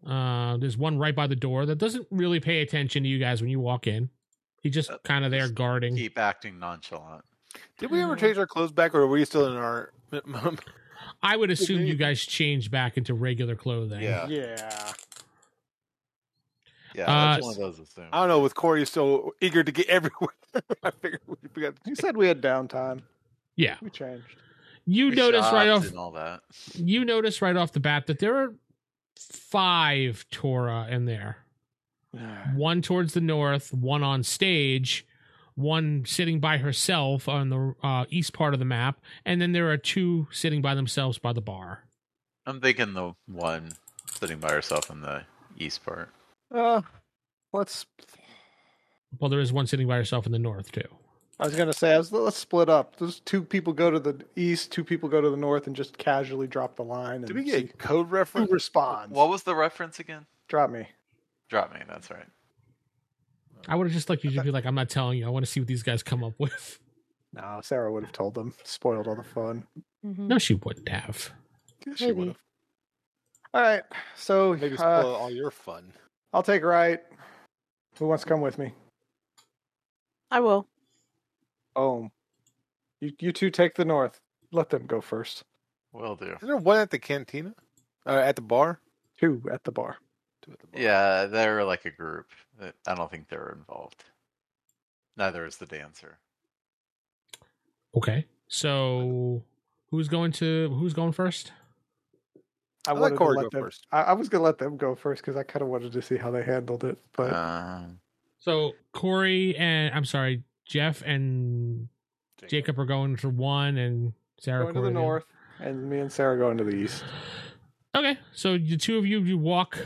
Speaker 2: Uh, there's one right by the door that doesn't really pay attention to you guys when you walk in. He's just
Speaker 4: Uh,
Speaker 2: kind of there
Speaker 4: just
Speaker 2: guarding.
Speaker 4: Keep acting nonchalant.
Speaker 5: Did we ever change our clothes back, or were you still in our? <laughs>
Speaker 2: I would assume you guys change back into regular clothing.
Speaker 4: Yeah.
Speaker 7: Yeah.
Speaker 4: Yeah,
Speaker 2: Uh,
Speaker 4: that's one of those assumes.
Speaker 5: I don't know. With Corey so eager to get everywhere, <laughs> I figured we got.
Speaker 7: You said we had downtime.
Speaker 2: Yeah.
Speaker 7: We changed.
Speaker 2: You notice right off
Speaker 4: and all that.
Speaker 2: you notice right off the bat that there are five Torah in there. one towards the north, one on stage, one sitting by herself on the uh, east part of the map, and then there are two sitting by themselves by the bar.
Speaker 4: I'm thinking the one sitting by herself in the east part.
Speaker 7: Uh, let's.
Speaker 2: Well, there is one sitting by herself in the north too.
Speaker 7: I was gonna say, I was, let's split up. Those two people go to the east, two people go to the north, and just casually drop the line.
Speaker 5: Did
Speaker 7: and
Speaker 5: we get a
Speaker 7: see
Speaker 5: code
Speaker 7: who
Speaker 5: reference?
Speaker 7: responds?
Speaker 4: What was the reference again?
Speaker 7: drop me.
Speaker 4: Drop me. That's right.
Speaker 2: I would have just liked you to be like, "I'm not telling you. I want to see what these guys come up with." <laughs>
Speaker 7: No, Sarah would have told them. Spoiled all the fun.
Speaker 2: Mm-hmm. No, she wouldn't have.
Speaker 7: Yeah, she would
Speaker 6: Maybe.
Speaker 7: have. All right. So
Speaker 5: <laughs> Maybe
Speaker 7: uh,
Speaker 5: spoil all your fun.
Speaker 7: I'll take right. Who wants to come with me?
Speaker 6: I will.
Speaker 7: Oh, you you two take the north. Let them go first.
Speaker 4: Will do.
Speaker 5: Is there one at the cantina? Uh, at the bar?
Speaker 7: Two at the bar.
Speaker 5: Two at the bar.
Speaker 4: Yeah, they're like a group. I don't think they're involved. Neither is the dancer.
Speaker 2: Okay. So who's going to who's going first?
Speaker 7: I
Speaker 5: I'll let
Speaker 7: wanted
Speaker 5: Corey
Speaker 7: to
Speaker 5: go
Speaker 7: let them,
Speaker 5: first.
Speaker 7: I, I was gonna let them go first because I kind of wanted to see how they handled it. But
Speaker 4: Uh,
Speaker 2: So Corey and I'm sorry, Jeff and Jacob are going for one, and Sarah
Speaker 7: going to the
Speaker 2: Corey other.
Speaker 7: north, and me and Sarah going to the east.
Speaker 2: Okay, so the two of you, you walk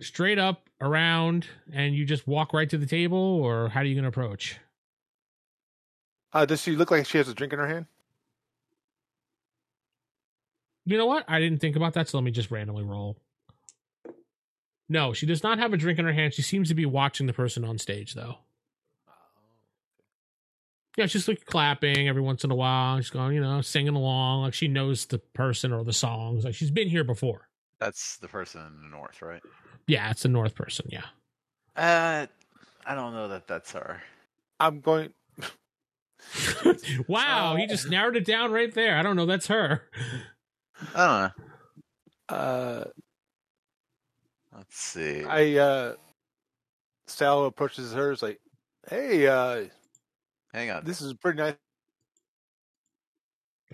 Speaker 2: straight up around, and you just walk right to the table, or how are you going to approach?
Speaker 5: Uh, does she look like she has a drink in her hand?
Speaker 2: You know what? I didn't think about that, so let me just randomly roll. No, she does not have a drink in her hand. She seems to be watching the person on stage, though. Yeah, she's like clapping every once in a while. She's going, you know, singing along. Like she knows the person or the songs. Like she's been here before.
Speaker 4: that's the person in the north, right?
Speaker 2: Yeah, it's a North person. Yeah. <laughs>
Speaker 4: Uh, I don't know that that's her.
Speaker 5: I'm going.
Speaker 2: wow, he just narrowed it down right there. I don't know. That's her.
Speaker 4: I don't know.
Speaker 5: Uh,
Speaker 4: Let's see.
Speaker 5: I uh, Sal approaches her. Is like, "Hey, uh,
Speaker 4: Hang on.
Speaker 5: this is pretty nice."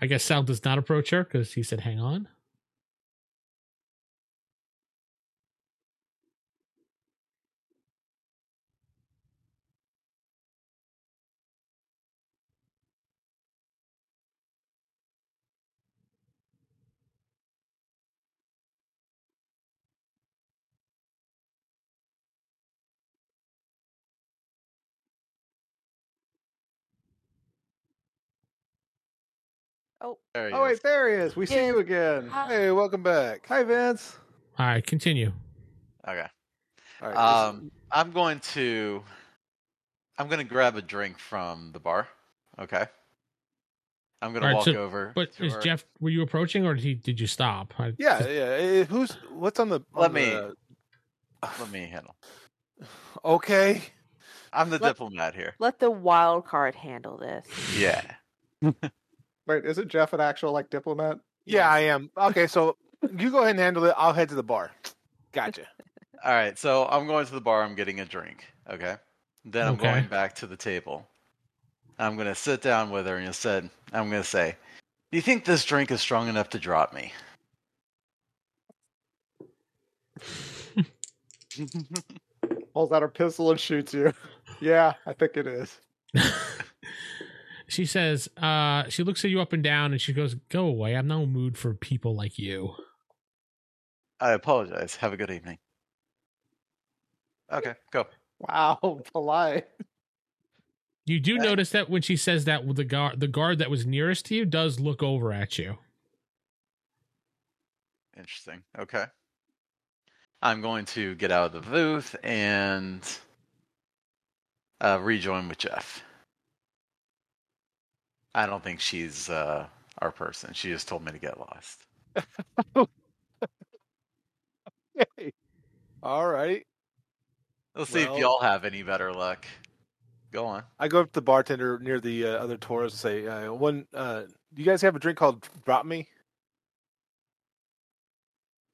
Speaker 2: I guess Sal does not approach her because he said, "Hang on."
Speaker 4: There he
Speaker 7: Oh
Speaker 4: is.
Speaker 7: wait, there he is. We see
Speaker 6: Yeah.
Speaker 7: you again.
Speaker 5: Hey, welcome back.
Speaker 7: Hi, Vince.
Speaker 2: All right, continue.
Speaker 4: Okay.
Speaker 5: All right,
Speaker 4: Um, I'm going to. I'm going to grab a drink from the bar. Okay. I'm going
Speaker 2: All
Speaker 4: to
Speaker 2: right,
Speaker 4: walk
Speaker 2: so-
Speaker 4: over.
Speaker 2: But
Speaker 4: to
Speaker 2: is
Speaker 4: her.
Speaker 2: Jeff? Were you approaching, or did he? Did you stop? I-
Speaker 5: yeah, yeah. eh, Who's what's on the?
Speaker 4: Let
Speaker 5: on
Speaker 4: me-
Speaker 5: the-
Speaker 4: <laughs> Let me handle.
Speaker 5: Okay.
Speaker 4: I'm the
Speaker 6: Let-
Speaker 4: diplomat here.
Speaker 6: Let the wild card handle this.
Speaker 4: Yeah.
Speaker 7: Wait, isn't Jeff an actual like diplomat?
Speaker 5: Yeah, I am. Okay, so you go ahead and handle it. I'll head to the bar. Gotcha.
Speaker 4: All right. So I'm going to the bar. I'm getting a drink. Okay. Then I'm
Speaker 2: Okay.
Speaker 4: going back to the table. I'm going to sit down with her and instead, I'm going to say, Do you think this drink is strong enough to drop me?
Speaker 7: Pulls out her pistol and shoots you. <laughs> yeah, I think it is.
Speaker 2: she says. Uh, she looks at you up and down, and she goes, "Go away. I'm no mood for people like you."
Speaker 4: I apologize. Have a good evening. Okay. Go.
Speaker 7: Wow, <laughs> polite.
Speaker 2: You do
Speaker 4: Right.
Speaker 2: notice that when she says that, the guard, the guard that was nearest to you, does look over at you.
Speaker 4: Interesting. Okay. I'm going to get out of the booth and uh, rejoin with Jeff. I don't think she's uh, our person. She just told me to get lost.
Speaker 5: Hey. All right.
Speaker 4: Let's see
Speaker 5: Well-
Speaker 4: if y'all have any better luck. Go on.
Speaker 5: I go up to the bartender near the uh, other Taurus and say, uh, "One, uh, do you guys have a drink called Drop Me?"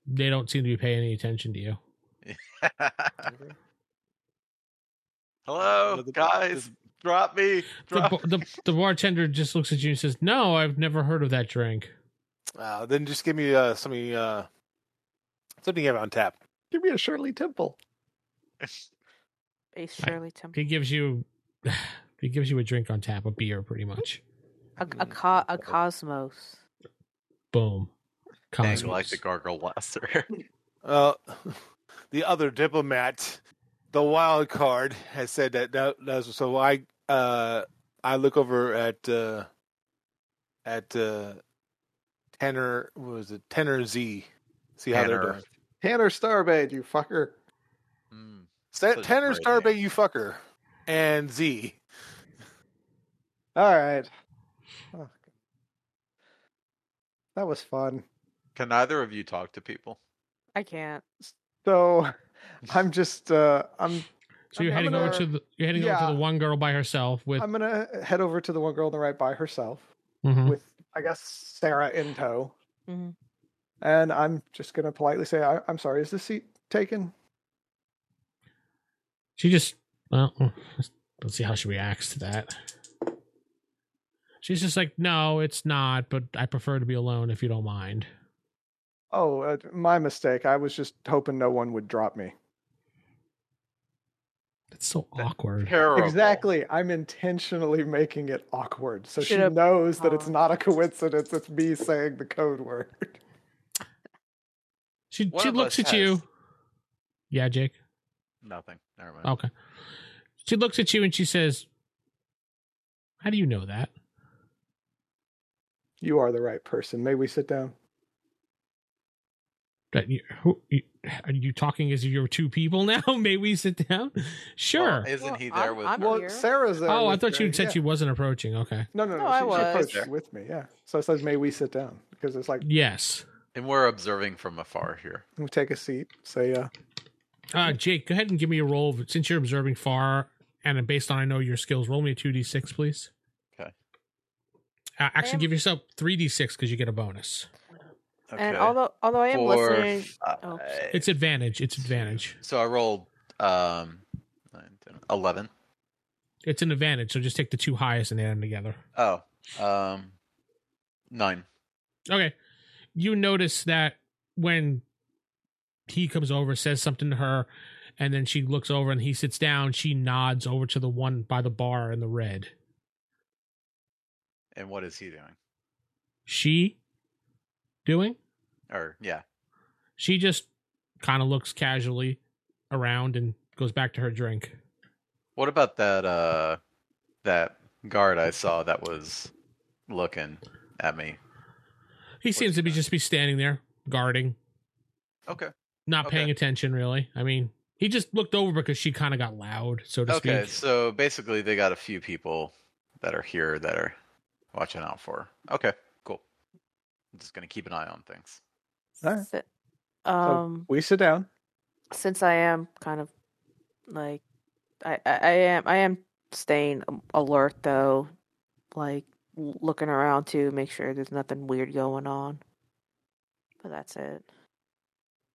Speaker 2: They don't seem to be paying any attention to you.
Speaker 4: <laughs> Hello,
Speaker 5: Another-
Speaker 4: guys. Drop me.
Speaker 2: The,
Speaker 4: Drop.
Speaker 2: bar- the the bartender just looks at you and says, "No, I've never heard of that drink."
Speaker 5: Uh, then just give me uh, something, uh, something you have on tap.
Speaker 7: Give me a Shirley Temple.
Speaker 6: Ace Shirley Temple.
Speaker 2: He gives you, <sighs> he gives you a drink on tap, a beer, pretty much.
Speaker 6: A, a, co- a cosmos.
Speaker 2: Boom.
Speaker 4: Dang,
Speaker 2: Cosmos.
Speaker 4: you like the gargle blaster. <laughs>
Speaker 5: Uh, <laughs> the other diplomat, the wild card, has said that. that that's, so I, uh, I look over at uh, at uh, Tanner. What was it Tanner Z? See how they're
Speaker 4: Tanner.
Speaker 5: doing.
Speaker 7: Tanner Starbade, you fucker.
Speaker 4: Mm.
Speaker 5: Sa-
Speaker 4: Such a
Speaker 5: Tanner
Speaker 4: great name.
Speaker 5: Starbait, you fucker, and Z.
Speaker 7: All right. Oh, that was fun.
Speaker 4: Can either of you talk to people?
Speaker 6: I can't.
Speaker 7: So <laughs> I'm just uh, I'm
Speaker 2: So you're
Speaker 7: I'm
Speaker 2: heading over
Speaker 7: gonna-
Speaker 2: to the you're heading over to
Speaker 7: yeah.
Speaker 2: the one girl by herself with.
Speaker 7: I'm gonna head over to the one girl on the right by herself
Speaker 2: Mhm.
Speaker 7: with I guess Sarah in tow,
Speaker 6: Mhm.
Speaker 7: and I'm just gonna politely say I- I'm sorry. Is this seat taken?
Speaker 2: She just well, let's see how she reacts to that. She's just like, no, it's not, but I prefer to be alone if you don't mind.
Speaker 7: Oh, uh, my mistake. I was just hoping no one would drop me.
Speaker 2: That's so awkward.
Speaker 4: Terrible.
Speaker 7: Exactly. I'm intentionally making it awkward, so she
Speaker 6: Should've
Speaker 7: knows that it's
Speaker 6: paused.
Speaker 7: not a coincidence. It's me saying the code word. <laughs>
Speaker 2: She
Speaker 4: One
Speaker 2: she
Speaker 4: of
Speaker 2: looks at
Speaker 4: us has-
Speaker 2: you. Yeah, Jake.
Speaker 4: Nothing. Never mind.
Speaker 2: Okay. She looks at you and she says, "How do you know that?"
Speaker 7: You are the right person. May we sit down?
Speaker 2: That you, who, you, are you talking as if you're two people <laughs> now? May we sit down? Sure.
Speaker 4: Well, isn't
Speaker 6: Well,
Speaker 4: he there
Speaker 6: I'm-
Speaker 4: with?
Speaker 6: I'm-
Speaker 7: Well,
Speaker 6: here.
Speaker 7: Sarah's there.
Speaker 2: oh, I
Speaker 7: with
Speaker 2: thought
Speaker 7: her,
Speaker 2: you said
Speaker 7: yeah.
Speaker 2: she wasn't approaching. Okay.
Speaker 7: No, no, no.
Speaker 6: No, I
Speaker 7: she, she
Speaker 6: was.
Speaker 7: approached with me. Yeah. So it says, "May we sit down?" Because it's like
Speaker 2: Yes.
Speaker 4: and we're observing from afar here.
Speaker 7: we take a seat. Say, uh,
Speaker 2: Uh, Jake, go ahead and give me a roll of- since you're observing far and based on I know your skills. Roll me a two d six, please.
Speaker 4: Okay.
Speaker 2: Uh, actually,
Speaker 6: am-
Speaker 2: give yourself three d six because you get a bonus.
Speaker 4: Okay.
Speaker 6: And although although I am
Speaker 4: Four,
Speaker 6: listening,
Speaker 4: five.
Speaker 6: oh,
Speaker 2: It's advantage. It's advantage.
Speaker 4: so I rolled um, nine, 10, 11.
Speaker 2: It's an advantage. So just take the two highest and add them together.
Speaker 4: Oh, um, nine.
Speaker 2: Okay. You notice that when he comes over, says something to her, and then she looks over and he sits down, she nods over to the one by the bar in the red.
Speaker 4: And what is he doing?
Speaker 2: She doing?
Speaker 4: Or yeah,
Speaker 2: She just kind of looks casually around and goes back to her drink.
Speaker 4: What about that uh that guard I saw that was looking at me?
Speaker 2: He seems to be just be standing there, guarding,
Speaker 4: Okay.
Speaker 2: not
Speaker 4: Okay.
Speaker 2: paying attention really. I mean, he just looked over because she kind of got loud, so to
Speaker 4: Okay,
Speaker 2: speak.
Speaker 4: so basically they got a few people that are here that are watching out for. her. Okay, cool. I'm just gonna keep an eye on things.
Speaker 7: Alright.
Speaker 6: si- um,
Speaker 7: "We sit down."
Speaker 6: since I am kind of like I, I I am I am staying a- alert though, like l- looking around to make sure there's nothing weird going on. But that's it.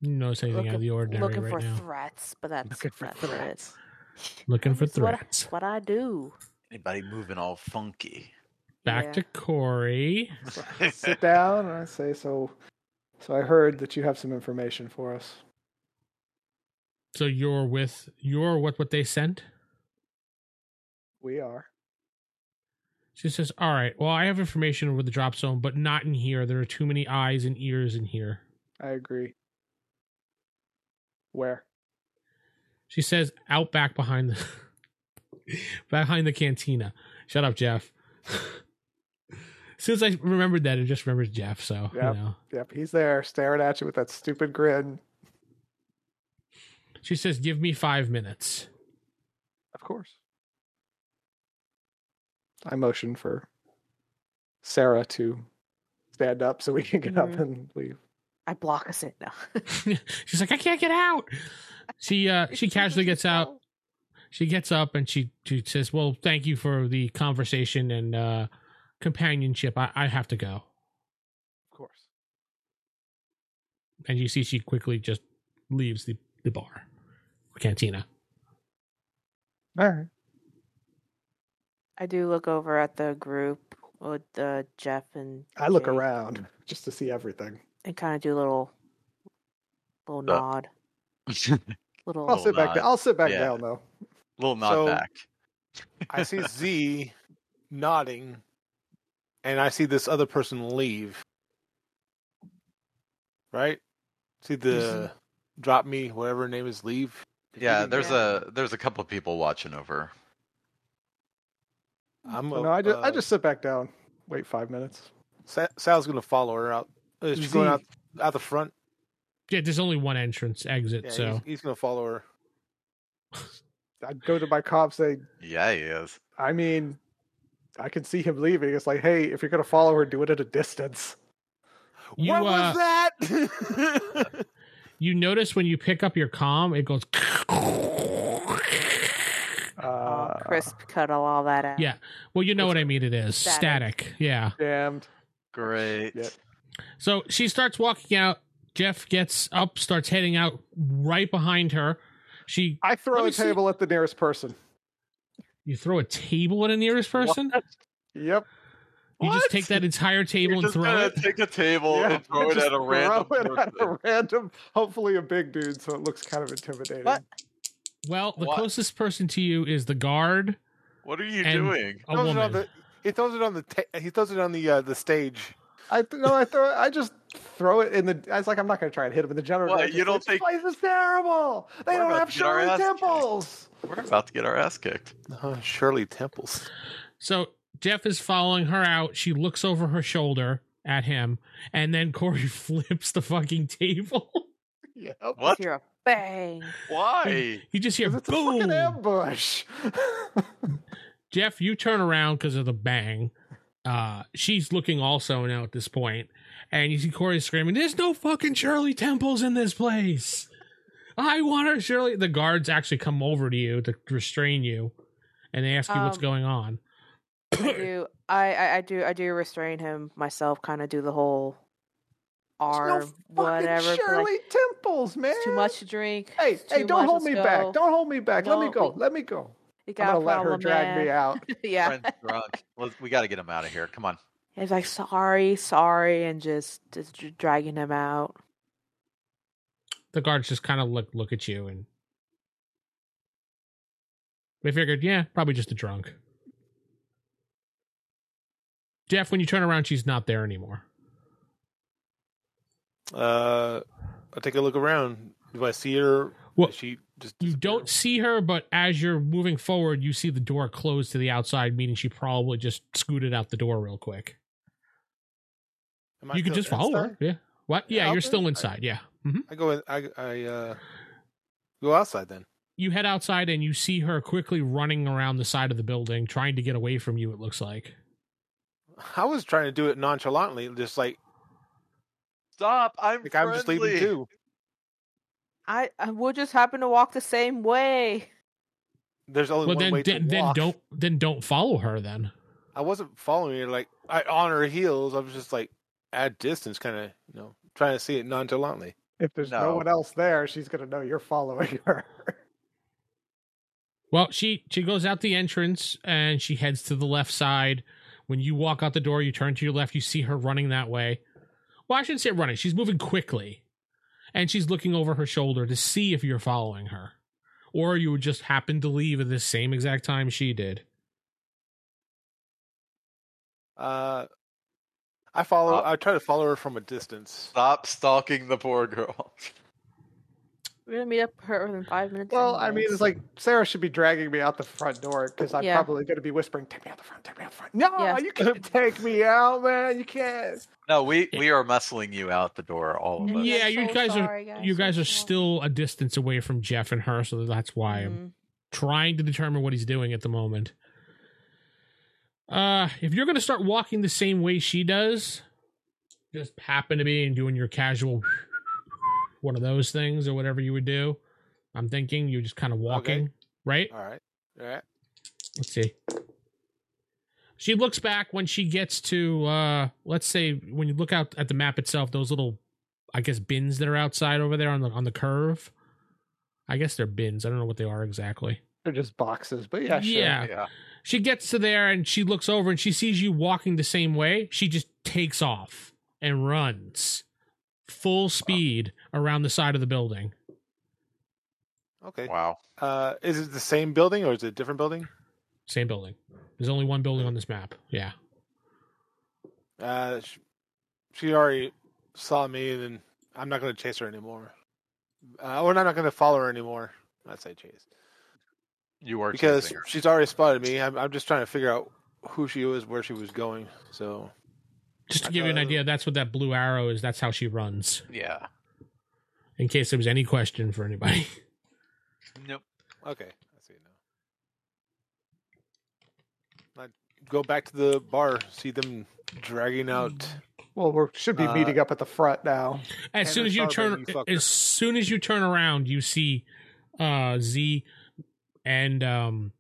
Speaker 2: You notice anything out of the ordinary
Speaker 6: looking
Speaker 2: right
Speaker 6: for
Speaker 2: now.
Speaker 6: threats, but that's
Speaker 2: Looking for
Speaker 6: that's
Speaker 2: threats.
Speaker 6: it.
Speaker 2: Looking for
Speaker 6: That's what I-
Speaker 2: threats.
Speaker 6: What I do.
Speaker 4: Anybody moving all funky?
Speaker 2: Back
Speaker 6: Yeah.
Speaker 2: to Corey.
Speaker 4: <laughs>
Speaker 7: sit down, and I say, "So, so I heard that you have some information for us."
Speaker 2: So you're with you're what what they sent.
Speaker 7: We are.
Speaker 2: She says, "All right, well, I have information over the drop zone, but not in here. There are too many eyes and ears in here."
Speaker 7: I agree. Where?
Speaker 2: She says, "Out back behind the <laughs> behind the cantina." Shut up, Jeff. <laughs> Since I remembered that, it just remembers Jeff. So
Speaker 7: Yep.
Speaker 2: you know,
Speaker 7: Yep, he's there, staring at you with that stupid grin.
Speaker 2: she says, "Give me five minutes." <laughs>
Speaker 7: Of course. I motion for Sarah to stand up so we can get up
Speaker 6: Mhm.
Speaker 7: and leave.
Speaker 6: I block us in <laughs> now.
Speaker 2: She's like, "I can't get out." She uh she casually gets out. she gets up and she, she says, "Well, thank you for the conversation and uh, companionship. I, I have to go."
Speaker 7: Of course.
Speaker 2: And you see, she quickly just leaves the the bar, cantina.
Speaker 7: All right.
Speaker 6: I do look over at the group with uh, Jeff and
Speaker 7: I look
Speaker 6: Jake
Speaker 7: around just to see everything.
Speaker 6: and kind of do a little, little
Speaker 4: Uh,
Speaker 6: nod, little.
Speaker 7: I'll sit back.
Speaker 4: nod.
Speaker 7: Down. I'll sit back
Speaker 4: Yeah.
Speaker 7: down though.
Speaker 4: Little nod
Speaker 5: So-
Speaker 4: back.
Speaker 5: I see Z nodding, and I see this other person leave. Right? See the drop me, whatever her name is, leave.
Speaker 4: Yeah, there's
Speaker 6: Yeah.
Speaker 4: a there's a couple of people watching over.
Speaker 5: I'm
Speaker 7: So no, I just I
Speaker 5: uh,
Speaker 7: just sit back down. Wait five minutes.
Speaker 5: Sa- Sal's gonna follow her out. Uh, She's going
Speaker 7: Z.
Speaker 5: out out the front.
Speaker 2: Yeah, there's only one entrance exit,
Speaker 5: Yeah,
Speaker 2: so
Speaker 5: he's, he's gonna follow her.
Speaker 7: I go to my cop say,
Speaker 4: Yeah, he is.
Speaker 7: I mean, I can see him leaving. It's like, hey, if you're gonna follow her, do it at a distance.
Speaker 2: You,
Speaker 5: what
Speaker 2: uh,
Speaker 5: was that? <laughs>
Speaker 2: You notice when you pick up your comm, it goes.
Speaker 6: Oh,
Speaker 7: Uh,
Speaker 6: crisp cut all that out.
Speaker 2: Yeah. Well, you know what I mean. It is
Speaker 6: Static.
Speaker 2: static. Yeah.
Speaker 7: Damned.
Speaker 4: Great.
Speaker 7: Yeah.
Speaker 2: So she starts walking out. Jeff gets up, starts heading out right behind her. She,
Speaker 7: I
Speaker 2: Let
Speaker 7: throw
Speaker 2: me
Speaker 7: a
Speaker 2: see.
Speaker 7: table at the nearest person.
Speaker 2: you throw a table at the nearest person.
Speaker 7: Yep.
Speaker 2: You just
Speaker 4: What?
Speaker 2: take that entire table
Speaker 4: You're
Speaker 2: and
Speaker 4: just
Speaker 2: throw
Speaker 4: gonna
Speaker 2: it.
Speaker 4: take a table
Speaker 7: <laughs> Yeah,
Speaker 4: and throw it
Speaker 7: just
Speaker 4: at a random
Speaker 7: Throw it
Speaker 4: person.
Speaker 7: at a random, hopefully a big dude, so it looks kind of intimidating.
Speaker 6: What?
Speaker 2: Well, the
Speaker 4: What?
Speaker 2: closest person to you is the guard,
Speaker 4: What are you
Speaker 2: And-
Speaker 4: doing?
Speaker 2: a
Speaker 5: Throws it on
Speaker 2: woman.
Speaker 5: the, he throws it on the ta- he throws it on the uh, the stage.
Speaker 7: I th- no, I throw. I just throw it in the. I was like, I'm not going to try and hit him in the general.
Speaker 4: What,
Speaker 7: direction.
Speaker 4: you don't
Speaker 7: this
Speaker 4: think-
Speaker 7: place is terrible. They
Speaker 4: We're
Speaker 7: don't
Speaker 4: about
Speaker 7: have
Speaker 4: to get our
Speaker 7: shiny
Speaker 4: ass kicked."
Speaker 7: temples.
Speaker 4: We're about to get our ass kicked.
Speaker 5: Uh, Shirley Temples.
Speaker 2: So Jeff is following her out. She looks over her shoulder at him, and then Corey <laughs> flips the fucking table. <laughs>
Speaker 7: Yep.
Speaker 6: You
Speaker 4: What?
Speaker 6: hear a bang.
Speaker 4: Why?
Speaker 2: You just hear
Speaker 7: 'Cause It's a fucking
Speaker 2: boom.
Speaker 7: ambush. <laughs>
Speaker 2: Jeff, you turn around because of the bang. Uh, she's looking also now at this point, and you see Corey screaming, "There's no fucking Shirley Temples in this place! I want her Shirley." The guards actually come over to you to restrain you, and they ask you what's
Speaker 6: Um,
Speaker 2: going on.
Speaker 6: I do. <coughs> I, I, I do. I do restrain him myself. Kind of do the whole arm,
Speaker 7: There's no fucking
Speaker 6: whatever. be
Speaker 7: Shirley
Speaker 6: Like,
Speaker 7: temples, man.
Speaker 6: it's too much to drink.
Speaker 7: Hey,
Speaker 6: it's
Speaker 7: hey!
Speaker 6: too
Speaker 7: Don't
Speaker 6: much,
Speaker 7: hold me
Speaker 6: let's go.
Speaker 7: back. Don't hold me back. Let me
Speaker 6: No,
Speaker 7: go.
Speaker 6: we-
Speaker 7: let me go.
Speaker 6: You
Speaker 7: I'm
Speaker 6: got
Speaker 7: gonna
Speaker 6: a
Speaker 7: let
Speaker 6: problem,
Speaker 7: her drag
Speaker 6: man.
Speaker 7: me out.
Speaker 6: <laughs> yeah.
Speaker 4: Friend's drunk. Let's- we got to get him out of here. Come on.
Speaker 6: He's like, sorry, sorry, and just, just dr- dragging him out.
Speaker 2: the guards just kind of look look at you and they figured, yeah, probably just a drunk. Jeff, when you turn around, she's not there anymore.
Speaker 5: Uh, I take a look around. Do I see her?
Speaker 2: Well,
Speaker 5: Does she just
Speaker 2: You
Speaker 5: disappear?
Speaker 2: don't see her, but as you're moving forward, you see the door close to the outside, meaning she probably just scooted out the door real quick.
Speaker 5: Am I
Speaker 2: you could
Speaker 5: still
Speaker 2: just follow her.
Speaker 5: inside?
Speaker 2: Yeah. What?
Speaker 5: Yeah,
Speaker 2: Yeah,
Speaker 5: I'll
Speaker 2: you're
Speaker 5: do
Speaker 2: still
Speaker 5: it.
Speaker 2: inside. Yeah. hmm
Speaker 5: I go. In, I I uh, go outside then.
Speaker 2: You head outside and you see her quickly running around the side of the building, trying to get away from you, it looks like.
Speaker 5: I was trying to do it nonchalantly, just like
Speaker 4: Stop. I'm
Speaker 5: like I'm just leaving
Speaker 4: friendly.
Speaker 5: too.
Speaker 6: I, I we'll just happen to walk the same way.
Speaker 5: There's only
Speaker 2: Well,
Speaker 5: one
Speaker 2: then,
Speaker 5: way
Speaker 2: then,
Speaker 5: to
Speaker 2: then
Speaker 5: walk.
Speaker 2: don't then don't follow her then.
Speaker 5: I wasn't following her like I on her heels. I was just like at distance, kind of you know trying to see it nonchalantly.
Speaker 7: If there's no.
Speaker 4: No.
Speaker 7: one else there, she's gonna know you're following her.
Speaker 2: Well, she she goes out the entrance and she heads to the left side. When you walk out the door, you turn to your left, you see her running that way. Well, I shouldn't say running. She's moving quickly. And she's looking over her shoulder to see if you're following her. Or you just happened to leave at the same exact time she did.
Speaker 5: Uh, I follow.
Speaker 4: Uh,
Speaker 5: I try to follow her from a distance.
Speaker 4: Stop stalking the poor girl. <laughs>
Speaker 6: We're gonna meet up with her within five minutes.
Speaker 7: Well, I mean,
Speaker 6: anyways.
Speaker 7: it's like Sarah should be dragging me out the front door because I'm
Speaker 6: Yeah.
Speaker 7: probably going to be whispering, "Take me out the front, take me out the front." No,
Speaker 6: Yeah.
Speaker 7: you can't take me out, man. You can't.
Speaker 4: No, we we are muscling you out the door, all
Speaker 7: Oh,
Speaker 4: of us.
Speaker 2: Yeah,
Speaker 6: I'm
Speaker 2: you
Speaker 6: so
Speaker 2: guys are-
Speaker 6: sorry,
Speaker 2: you
Speaker 6: I'm
Speaker 2: guys are
Speaker 6: sorry.
Speaker 2: still a distance away from Jeff and her, so that's why I'm
Speaker 6: Mhm.
Speaker 2: trying to determine what he's doing at the moment. Uh, if you're gonna start walking the same way she does, just happen to be and doing your casual <laughs> one of those things or whatever you would do. I'm thinking you're just kind of walking, right?
Speaker 5: All right, all right.
Speaker 2: Let's see. She looks back when she gets to, uh, let's say, when you look out at the map itself, those little, I guess, bins that are outside over there on the on the curve. I guess they're bins. I don't know what they are exactly.
Speaker 7: They're just boxes, but yeah, sure.
Speaker 2: Yeah. She gets to there and she looks over and she sees you walking the same way. She just takes off and runs full speed around the side of the building.
Speaker 5: Okay.
Speaker 4: Wow.
Speaker 5: Uh, is it the same building or is it a different building?
Speaker 2: Same building. There's only one building on this map. Yeah.
Speaker 5: Uh, she, she already saw me, and then I'm not going to chase her anymore. Uh, or I'm not going to follow her anymore. I say chase
Speaker 4: You are
Speaker 5: because
Speaker 4: chasing her.
Speaker 5: she's already spotted me. I'm, I'm just trying to figure out who she was, where she was going. So
Speaker 2: Just to give you an idea, that's what that blue arrow is. That's how she runs.
Speaker 4: Yeah.
Speaker 2: In case there was any question for anybody. <laughs>
Speaker 4: Nope.
Speaker 5: okay, I see now. Not go back to the bar, see them dragging out.
Speaker 7: Well, we should be
Speaker 5: Uh,
Speaker 7: meeting up at the
Speaker 4: <laughs>
Speaker 7: front now.
Speaker 2: As soon
Speaker 5: Tanner
Speaker 2: as you
Speaker 5: Sarbanes,
Speaker 2: turn,
Speaker 5: you fucker.
Speaker 2: as soon as you turn around, you see uh Z and um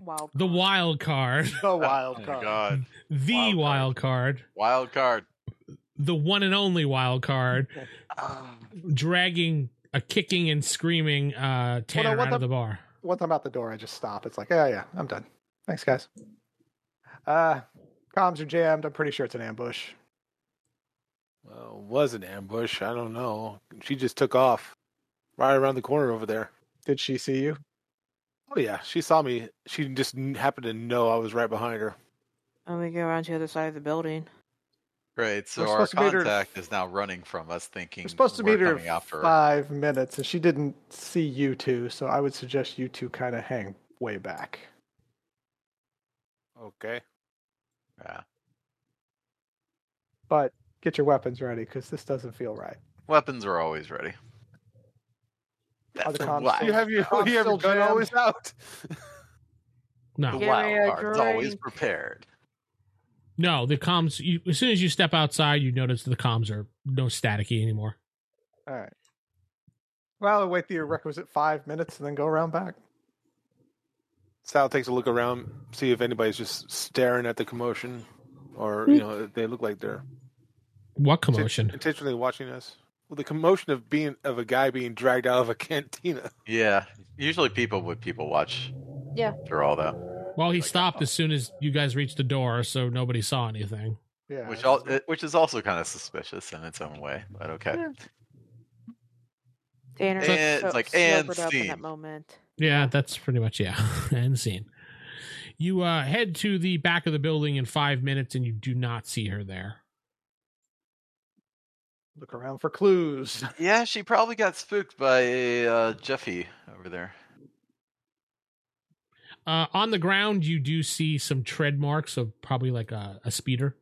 Speaker 6: Wild.
Speaker 2: the wild card, <laughs>
Speaker 7: The
Speaker 4: Oh
Speaker 7: wild
Speaker 4: my
Speaker 7: card.
Speaker 4: god.
Speaker 2: the
Speaker 4: Wild
Speaker 2: wild,
Speaker 4: card.
Speaker 2: card,
Speaker 4: Wild card.
Speaker 2: the one and only wild card, dragging a kicking and screaming uh Tanner
Speaker 7: what
Speaker 2: out of
Speaker 7: the-
Speaker 2: the bar.
Speaker 7: Once I'm out the door, I just stop. It's like, yeah, yeah, I'm done. Thanks, guys. Uh, comms are jammed. I'm pretty sure it's an ambush.
Speaker 5: Well, it uh, was an ambush. I don't know. She just took off right around the corner over there.
Speaker 7: Did she see you?
Speaker 5: Oh yeah, she saw me. She just n- happened to know I was right behind her.
Speaker 6: And we go around to the other side of the building.
Speaker 4: Great. So
Speaker 7: We're
Speaker 4: our
Speaker 7: supposed to meet her-
Speaker 4: contact is now running from us, thinking
Speaker 7: We're supposed to
Speaker 4: we're
Speaker 7: meet her
Speaker 4: coming after her.
Speaker 7: five minutes, and she didn't see you two, so I would suggest you two kind of hang way back.
Speaker 5: Okay.
Speaker 4: Yeah.
Speaker 7: But get your weapons ready because this doesn't feel right.
Speaker 4: Weapons are always ready. That's
Speaker 7: Are the
Speaker 4: the
Speaker 7: comms
Speaker 4: wild
Speaker 7: still-
Speaker 5: You have <laughs> your
Speaker 7: I'm
Speaker 5: you have
Speaker 7: still
Speaker 5: your gun
Speaker 7: jammed.
Speaker 5: always out.
Speaker 2: No,
Speaker 4: The
Speaker 6: Give me
Speaker 4: wild
Speaker 6: a
Speaker 4: card's always
Speaker 6: drink.
Speaker 4: prepared.
Speaker 2: no, the comms. You, as soon as you step outside, you notice the comms are no staticky anymore.
Speaker 7: All right. Well, I'll wait the requisite five minutes and then go around back.
Speaker 5: <laughs> Sal takes a look around, see if anybody's just staring at the commotion, or you know they look like they're
Speaker 2: What
Speaker 5: inten-
Speaker 2: commotion?
Speaker 5: intentionally watching us. Well, the commotion of being of a guy being dragged out of a <laughs> cantina.
Speaker 4: Yeah. Usually people would people watch.
Speaker 6: Yeah.
Speaker 4: After all that.
Speaker 2: Well, he
Speaker 4: Like,
Speaker 2: stopped
Speaker 4: uh,
Speaker 2: as soon as you guys reached the door, so nobody saw anything.
Speaker 7: Yeah.
Speaker 4: which all uh, which is also kind of suspicious in its own way, but
Speaker 6: <laughs>
Speaker 4: okay.
Speaker 6: Tanner
Speaker 4: So-
Speaker 6: is
Speaker 4: And- it's
Speaker 6: so-
Speaker 4: like, and
Speaker 6: sobered up in that
Speaker 4: scene.
Speaker 6: moment.
Speaker 2: Yeah, that's pretty much yeah. <laughs> End scene. You uh, head to the back of the building in five minutes, and you do not see her there.
Speaker 7: Look around for clues.
Speaker 4: Yeah, she probably got spooked by uh, Jeffy over there.
Speaker 2: Uh, on the ground, you do see some tread marks of probably like a, a speeder,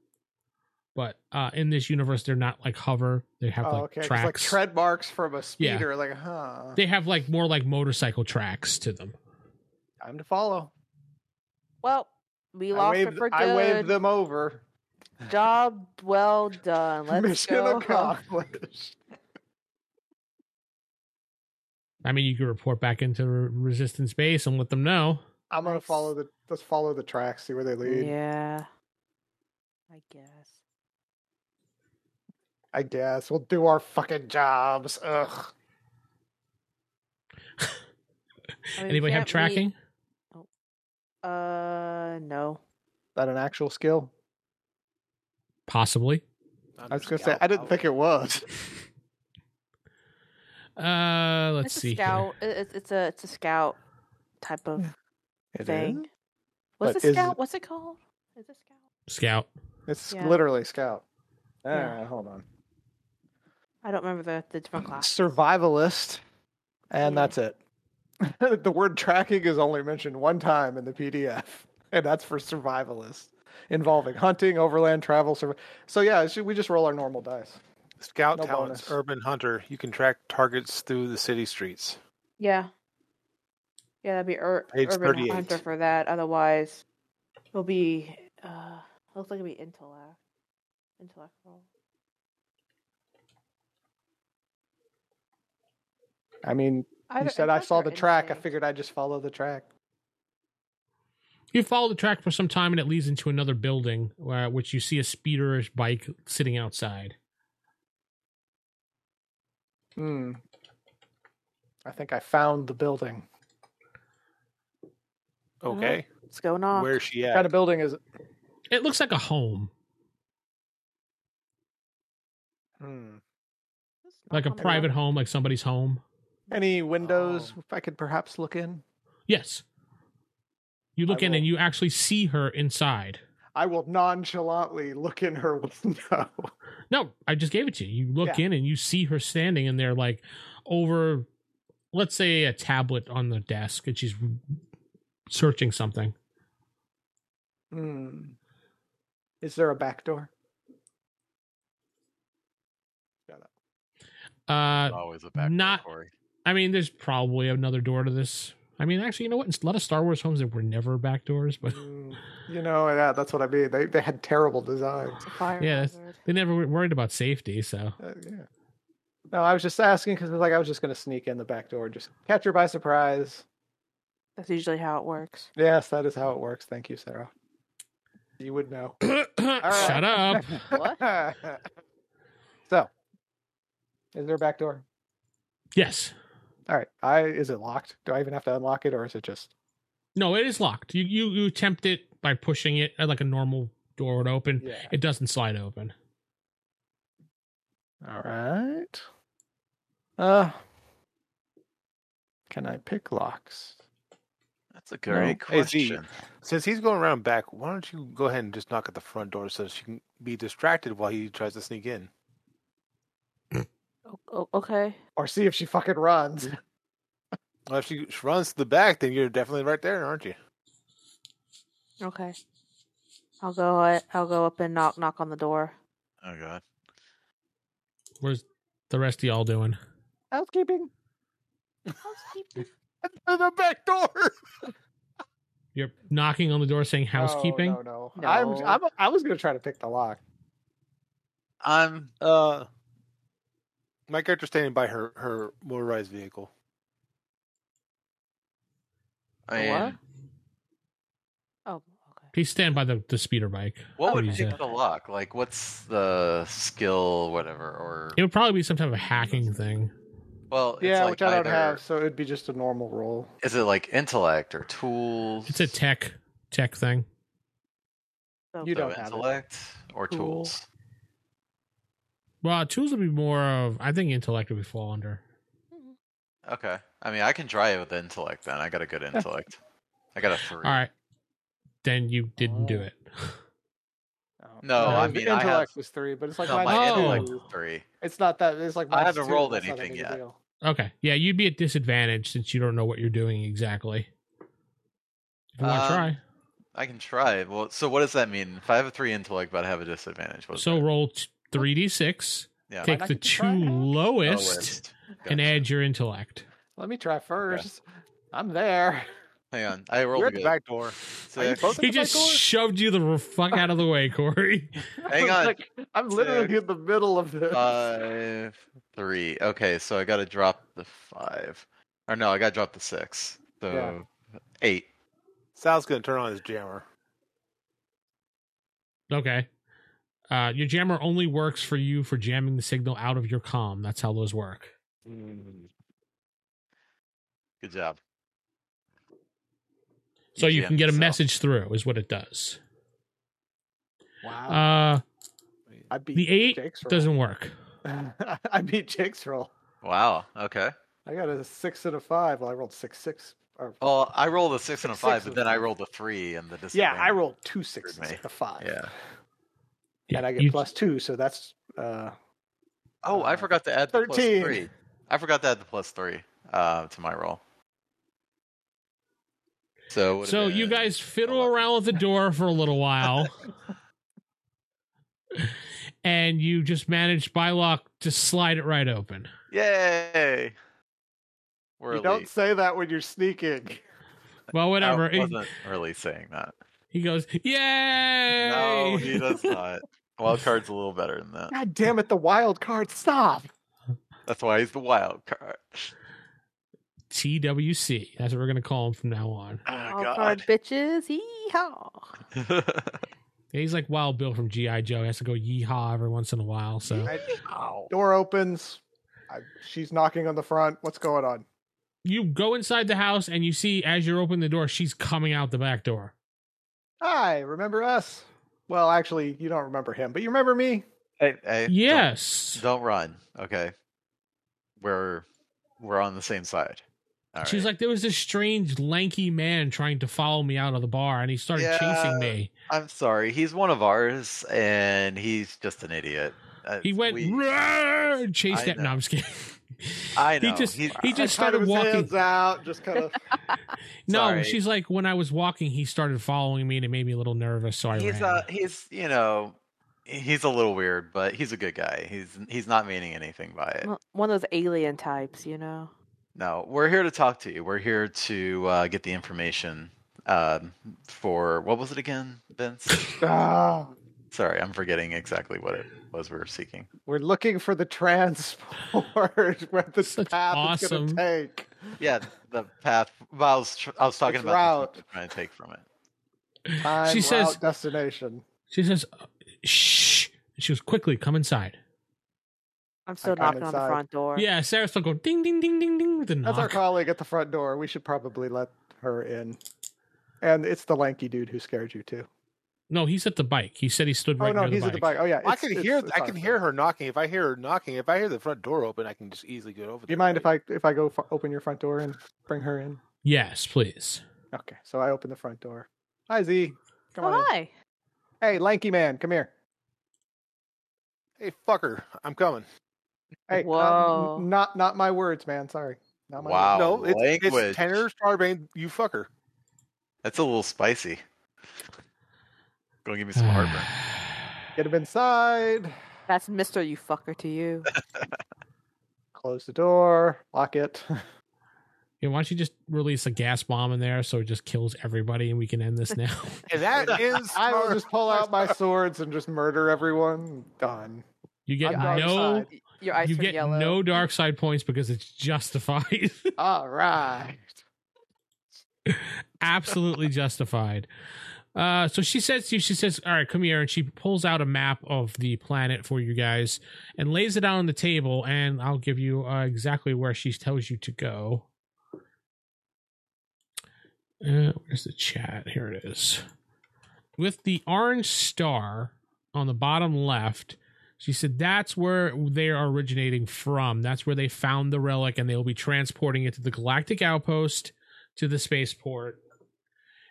Speaker 2: but uh, in this universe, they're not like hover; they have
Speaker 7: Oh,
Speaker 2: like
Speaker 7: okay. Just like
Speaker 2: tracks.
Speaker 7: tread marks from a
Speaker 2: Yeah.
Speaker 7: speeder. Like, uh-huh. huh?
Speaker 2: they have like more like motorcycle tracks to them.
Speaker 7: Time to follow.
Speaker 6: Well, we
Speaker 7: I
Speaker 6: lost her
Speaker 7: waved,
Speaker 6: for good.
Speaker 7: I waved them over.
Speaker 6: Job well
Speaker 7: <laughs>
Speaker 6: done. <laughs> Let's
Speaker 7: Mission
Speaker 6: go. home.
Speaker 7: accomplished.
Speaker 2: I mean, you could report back into Re- resistance base and let them know.
Speaker 7: I'm gonna
Speaker 6: Nice.
Speaker 7: follow the let's follow the tracks, see where they lead.
Speaker 6: Yeah. I guess.
Speaker 7: I guess we'll do our fucking jobs. Ugh.
Speaker 6: I mean, we
Speaker 2: Anybody have
Speaker 6: can't re-
Speaker 2: tracking?
Speaker 6: uh, no.
Speaker 7: that an actual skill?
Speaker 2: Possibly.
Speaker 7: I was gonna say I didn't think
Speaker 4: <laughs>
Speaker 7: it was.
Speaker 2: Uh, let's
Speaker 6: it's a
Speaker 2: see. here.
Speaker 6: scout. It- It's, it's a it's a scout type of
Speaker 7: It
Speaker 6: thing.
Speaker 7: is?
Speaker 6: What's
Speaker 7: Mm. But
Speaker 6: a
Speaker 7: is
Speaker 6: scout?
Speaker 7: it-
Speaker 6: What's it called? Is it scout?
Speaker 2: Scout.
Speaker 7: It's
Speaker 6: Yeah.
Speaker 7: literally scout. All right,
Speaker 6: Yeah.
Speaker 7: hold on.
Speaker 6: I don't remember the the different class.
Speaker 7: Survivalist, and
Speaker 6: Ah. Yeah.
Speaker 7: that's it. <laughs> the word tracking is only mentioned one time in the PDF, <laughs> and that's for survivalist, involving hunting, overland travel. Survi- so yeah, it's- we just roll our normal dice.
Speaker 5: Scout
Speaker 7: No
Speaker 5: talents,
Speaker 7: bonus.
Speaker 5: urban hunter. You can track targets through the city streets.
Speaker 6: Yeah. Yeah, that'd be ur-
Speaker 5: Page
Speaker 6: urban
Speaker 5: 38.
Speaker 6: hunter for that. Otherwise, it'll be uh, looks like it'll be intellect. Intellect roll.
Speaker 7: I mean, you
Speaker 6: Either
Speaker 7: said I
Speaker 6: intellect
Speaker 7: saw
Speaker 6: or
Speaker 7: the track. I
Speaker 6: instinct.
Speaker 7: figured I'd just follow the track.
Speaker 2: You follow the track for some time, and it leads into another building, uh, which you see a speederish bike sitting outside.
Speaker 7: Hmm. I think I found the building.
Speaker 5: Okay,
Speaker 6: What's going on?
Speaker 5: where's she
Speaker 7: What kind
Speaker 5: at?
Speaker 7: of building is it?
Speaker 2: It looks like a home,
Speaker 7: Hmm.
Speaker 2: like a private home, like somebody's home.
Speaker 7: Any windows I could perhaps look in?
Speaker 2: Yes. You look
Speaker 7: I
Speaker 2: in,
Speaker 7: will-
Speaker 2: and you actually see her inside.
Speaker 7: I will nonchalantly look in her <laughs> window.
Speaker 2: No, I just gave it to you. You look
Speaker 7: Yeah.
Speaker 2: in, and you see her standing in there, like over, let's say, a tablet on the desk, and she's searching something.
Speaker 7: Hmm. Is there a back door?
Speaker 2: Uh,
Speaker 4: Always a back
Speaker 2: not-
Speaker 4: not... Corey.
Speaker 2: I mean, there's probably another door to this. I mean, actually, you know what? In a lot of Star Wars homes, there were never back doors, but <laughs>
Speaker 7: Hmm. You know, yeah, that's what I mean. They they had terrible designs.
Speaker 6: It's a fire
Speaker 2: Yeah, that's-
Speaker 6: hazard.
Speaker 2: They never were worried about safety, so <clears throat>
Speaker 7: Uh, yeah. No, I was just asking because like I was just gonna sneak in the back door, and just catch her by surprise.
Speaker 6: That's usually how it works.
Speaker 7: Yes, that is how it works. Thank you, Sarah. You would know.
Speaker 2: shut up.
Speaker 7: <laughs> so, is there a back door?
Speaker 2: Yes.
Speaker 7: All right. I is it locked? Do I even have to unlock it, or is it just?
Speaker 2: No, it is locked. You you you attempt it by pushing it uh, like a normal door would open.
Speaker 7: Yeah.
Speaker 2: It doesn't slide open.
Speaker 7: All right. Uh, can I pick locks?
Speaker 4: That's a great
Speaker 5: Hey, Z.
Speaker 4: question.
Speaker 5: Since he's going around back, why don't you go ahead and just knock at the front door so she can be distracted while he tries to sneak in?
Speaker 6: O- o- okay.
Speaker 7: Or see if she fucking runs.
Speaker 5: Well, if she runs to the back, then you're definitely right there, aren't you?
Speaker 6: Okay. I'll go. I- I'll go up and knock knock on the door.
Speaker 4: Oh god.
Speaker 2: Where's the rest of y'all doing?
Speaker 7: <laughs> Housekeeping.
Speaker 5: To the back door.
Speaker 2: You're knocking on the door saying housekeeping.
Speaker 7: No, no, no. I'm,
Speaker 6: No.
Speaker 7: I'm, I was gonna try to pick the lock.
Speaker 4: I'm
Speaker 5: Uh, my character's standing by her her motorized vehicle.
Speaker 4: I
Speaker 6: What?
Speaker 4: mean,
Speaker 6: <laughs> Oh, okay.
Speaker 2: Please stand by the, the speeder bike.
Speaker 4: what would
Speaker 2: Use
Speaker 4: pick
Speaker 2: it.
Speaker 4: the lock? Like what's the skill whatever or
Speaker 2: It would probably be some type of hacking thing.
Speaker 4: well it's
Speaker 7: yeah,
Speaker 4: like
Speaker 7: which I don't
Speaker 4: either-
Speaker 7: have, so it'd be just a normal roll.
Speaker 4: Is it like intellect or tools?
Speaker 2: It's a tech tech thing.
Speaker 6: So-
Speaker 7: You
Speaker 4: So
Speaker 7: don't have it.
Speaker 4: intellect or
Speaker 6: Tool.
Speaker 4: tools.
Speaker 2: Well, tools would be more of I think intellect would fall under.
Speaker 4: Okay. I mean I can try it with intellect then. I got a good intellect. I got a three.
Speaker 2: All right. Then you didn't do it.
Speaker 4: No, I
Speaker 7: the
Speaker 4: mean, I have-
Speaker 7: intellect was three, but it's like
Speaker 4: No,
Speaker 7: my,
Speaker 4: my
Speaker 2: Oh.
Speaker 4: intellect
Speaker 7: two.
Speaker 4: is three.
Speaker 7: It's not that. It's like
Speaker 4: I
Speaker 7: minus
Speaker 4: haven't
Speaker 7: two,
Speaker 4: rolled
Speaker 7: that's not a
Speaker 4: anything
Speaker 7: big
Speaker 4: yet.
Speaker 7: deal.
Speaker 2: Okay. Yeah, you'd be at disadvantage since you don't know what you're doing exactly. If you want
Speaker 4: Um,
Speaker 2: to try.
Speaker 4: I can try. Well, so what does that mean? If I have a three intellect, but I have a disadvantage, what is
Speaker 2: So
Speaker 4: that?
Speaker 2: roll three d six,
Speaker 4: yeah,
Speaker 2: take
Speaker 7: not
Speaker 2: the
Speaker 7: get to try
Speaker 2: two
Speaker 7: it?
Speaker 2: lowest,
Speaker 4: lowest.
Speaker 2: and
Speaker 4: Gotcha.
Speaker 2: add your intellect.
Speaker 7: Let me try first. I'm
Speaker 4: <laughs>
Speaker 7: there.
Speaker 4: Hang on, I rolled
Speaker 5: You're
Speaker 4: a
Speaker 5: at the
Speaker 4: good.
Speaker 5: back door.
Speaker 4: So
Speaker 7: Are you both at
Speaker 2: He
Speaker 7: the back
Speaker 2: just
Speaker 7: door?
Speaker 2: shoved you the r-
Speaker 7: <laughs>
Speaker 2: fuck out of the way, Corey. <laughs>
Speaker 4: Hang on. Uh,
Speaker 7: Like, <laughs> I'm literally in the middle of this.
Speaker 4: five, three. Okay, so I got to drop the five, or no, I got to drop the six. So eight.
Speaker 5: Sal's gonna turn on his jammer.
Speaker 2: Okay. Uh, your jammer only works for you for jamming the signal out of your comm. That's how those work.
Speaker 4: Good job.
Speaker 2: So you can
Speaker 4: jammed
Speaker 2: get a
Speaker 4: yourself.
Speaker 2: message through, is what it does.
Speaker 7: wow.
Speaker 2: Uh,
Speaker 7: <laughs> I beat
Speaker 2: the eight
Speaker 7: Jake's roll.
Speaker 2: doesn't work.
Speaker 7: <laughs> I beat Jake's roll.
Speaker 4: Wow. Okay.
Speaker 7: I got a six and a five. Well, I rolled six, six. Or,
Speaker 4: Well, I rolled a six and a
Speaker 7: Six
Speaker 4: five, but
Speaker 7: was
Speaker 4: then I
Speaker 7: fine.
Speaker 4: rolled a three and the disadvantage.
Speaker 7: yeah, I rolled two sixes
Speaker 4: me.
Speaker 7: and a five.
Speaker 4: Yeah.
Speaker 2: Yeah,
Speaker 7: And I get
Speaker 2: you-
Speaker 7: plus two, so that's uh,
Speaker 4: Oh, I
Speaker 7: Uh,
Speaker 4: forgot to add the plus
Speaker 7: 13.
Speaker 4: three. I forgot to add the plus three uh, to my roll. So. it would've
Speaker 2: So you
Speaker 4: been
Speaker 2: guys fiddle
Speaker 4: 11.
Speaker 2: around with the door for a little
Speaker 4: <laughs>
Speaker 2: while. <laughs> and you just manage by lock to slide it right open.
Speaker 4: Yay! We're
Speaker 7: you
Speaker 4: elite.
Speaker 7: don't say that when you're sneaking.
Speaker 2: Well, <laughs> whatever.
Speaker 4: I wasn't really saying that.
Speaker 2: He goes, Yay!
Speaker 4: No, he
Speaker 2: <laughs>
Speaker 4: does not. Wild card's a little better than that.
Speaker 7: <laughs> God damn it, the wild
Speaker 2: <laughs>
Speaker 7: card. Stop.
Speaker 4: That's why he's the wild card.
Speaker 2: TWC. That's what we're going to call him from now on.
Speaker 4: Oh,
Speaker 6: All card bitches. Yeehaw.
Speaker 4: God.
Speaker 2: Yeah, he's like Wild Bill from G.I. Joe. He has to go yeehaw every once in a while. So
Speaker 7: Door opens. I, she's knocking on the front. What's going on?
Speaker 2: you go inside the house and you see as you're opening the door, she's coming out the back door.
Speaker 7: Hi, remember us? Well, actually, you don't remember him, but you remember me.
Speaker 4: <laughs> Hey, hey, don't-
Speaker 2: yes.
Speaker 4: Don't, run. Okay. We're we're on the same side. All right.
Speaker 2: She's like, there was this strange, lanky man trying to follow me out of the bar, and he started
Speaker 4: Yeah.
Speaker 2: chasing me.
Speaker 4: I'm sorry. He's one of ours, and he's just an idiot. Uh,
Speaker 2: He went
Speaker 4: we-
Speaker 2: "Roar," and chased
Speaker 4: I
Speaker 2: that. No,
Speaker 4: know.
Speaker 2: I'm just kidding.
Speaker 4: <laughs> I
Speaker 2: He
Speaker 4: know.
Speaker 2: just
Speaker 4: He's-
Speaker 2: he
Speaker 4: I
Speaker 2: just
Speaker 7: Kind
Speaker 2: started
Speaker 7: of his
Speaker 2: walking.
Speaker 7: Hands out, just
Speaker 2: <laughs>
Speaker 7: kind of.
Speaker 2: No,
Speaker 4: Sorry.
Speaker 2: she's like when I was walking, he started following me, and it made me a little nervous, so I
Speaker 4: he's
Speaker 2: ran.
Speaker 4: uh he's you know he's a little weird, but he's a good guy. He's he's not meaning anything by it.
Speaker 6: Well, One of those alien types, you know.
Speaker 4: No, we're here to talk to you. We're here to uh, get the information uh, for what was it again, Vince?
Speaker 7: Ah,
Speaker 4: Sorry, I'm forgetting exactly what it was we were seeking.
Speaker 7: we're looking for the transport <laughs> where the
Speaker 2: Such
Speaker 7: path
Speaker 2: awesome-
Speaker 7: it's going to take.
Speaker 4: Yeah, the path. Well, I was tr- I was talking
Speaker 7: Its
Speaker 4: about the
Speaker 7: route.
Speaker 4: stuff I'm trying to take from it.
Speaker 7: Time,
Speaker 2: She says-
Speaker 7: route, destination.
Speaker 2: She says, "Shh!" And she goes, "Quickly, come inside."
Speaker 6: I'm still
Speaker 7: got
Speaker 6: knocking on the
Speaker 7: inside.
Speaker 6: front door.
Speaker 2: Yeah, Sarah's still going ding, ding, ding, ding, ding. With the
Speaker 7: That's our
Speaker 2: knock.
Speaker 7: colleague at the front door. We should probably let her in. And it's the lanky dude who scared you too.
Speaker 2: No, he's at the bike. He said he stood right
Speaker 7: oh no,
Speaker 2: near
Speaker 7: he's
Speaker 2: the
Speaker 7: at the
Speaker 2: bike.
Speaker 7: bike. Oh yeah,
Speaker 5: I
Speaker 7: it's-
Speaker 5: can
Speaker 7: it's-
Speaker 5: hear
Speaker 7: it's
Speaker 5: I
Speaker 7: our
Speaker 5: can
Speaker 7: friend.
Speaker 5: hear her knocking. If I hear her knocking, if I hear the front door open, I can just easily get over.
Speaker 7: Do you mind if I if I go f- open your front door and bring her in?
Speaker 2: Yes, please.
Speaker 7: Okay, so I open the front door. Hi Z, come
Speaker 6: Oh,
Speaker 7: on. in.
Speaker 6: hi.
Speaker 7: Hey, lanky man, come here.
Speaker 5: Hey fucker, I'm coming.
Speaker 7: Hey, um,
Speaker 6: Whoa.
Speaker 7: not not my words, man. Sorry, not my
Speaker 4: Wow.
Speaker 7: Words.
Speaker 5: no, it's,
Speaker 4: language.
Speaker 5: it's Tanner Starbane. You fucker.
Speaker 4: That's a little spicy. Gonna give me <sighs> some heartburn.
Speaker 7: Get him inside.
Speaker 6: That's Mister You Fucker to
Speaker 7: <laughs>
Speaker 6: you.
Speaker 7: Close the door. Lock it.
Speaker 2: <sighs> Yeah, why don't you just release a gas bomb in there so it just kills everybody and we can end this now?
Speaker 7: <laughs>
Speaker 5: And that is
Speaker 7: I will <laughs>
Speaker 5: our-
Speaker 7: just pull out my swords and just murder everyone. Done.
Speaker 2: You get
Speaker 7: I'm dark
Speaker 2: no,
Speaker 7: side.
Speaker 6: Your eyes
Speaker 2: you
Speaker 6: turn
Speaker 2: get
Speaker 6: yellow.
Speaker 2: no dark side points because it's justified, <laughs>
Speaker 7: All right.
Speaker 2: absolutely justified. Uh, so she says to you, she says, "All right, come here," and she pulls out a map of the planet for you guys and lays it out on the table. And I'll give you uh, exactly where she tells you to go. Uh, where's the chat? Here it is. With the orange star on the bottom left, she said that's where they are originating from. That's where they found the relic, and they will be transporting it to the galactic outpost to the spaceport.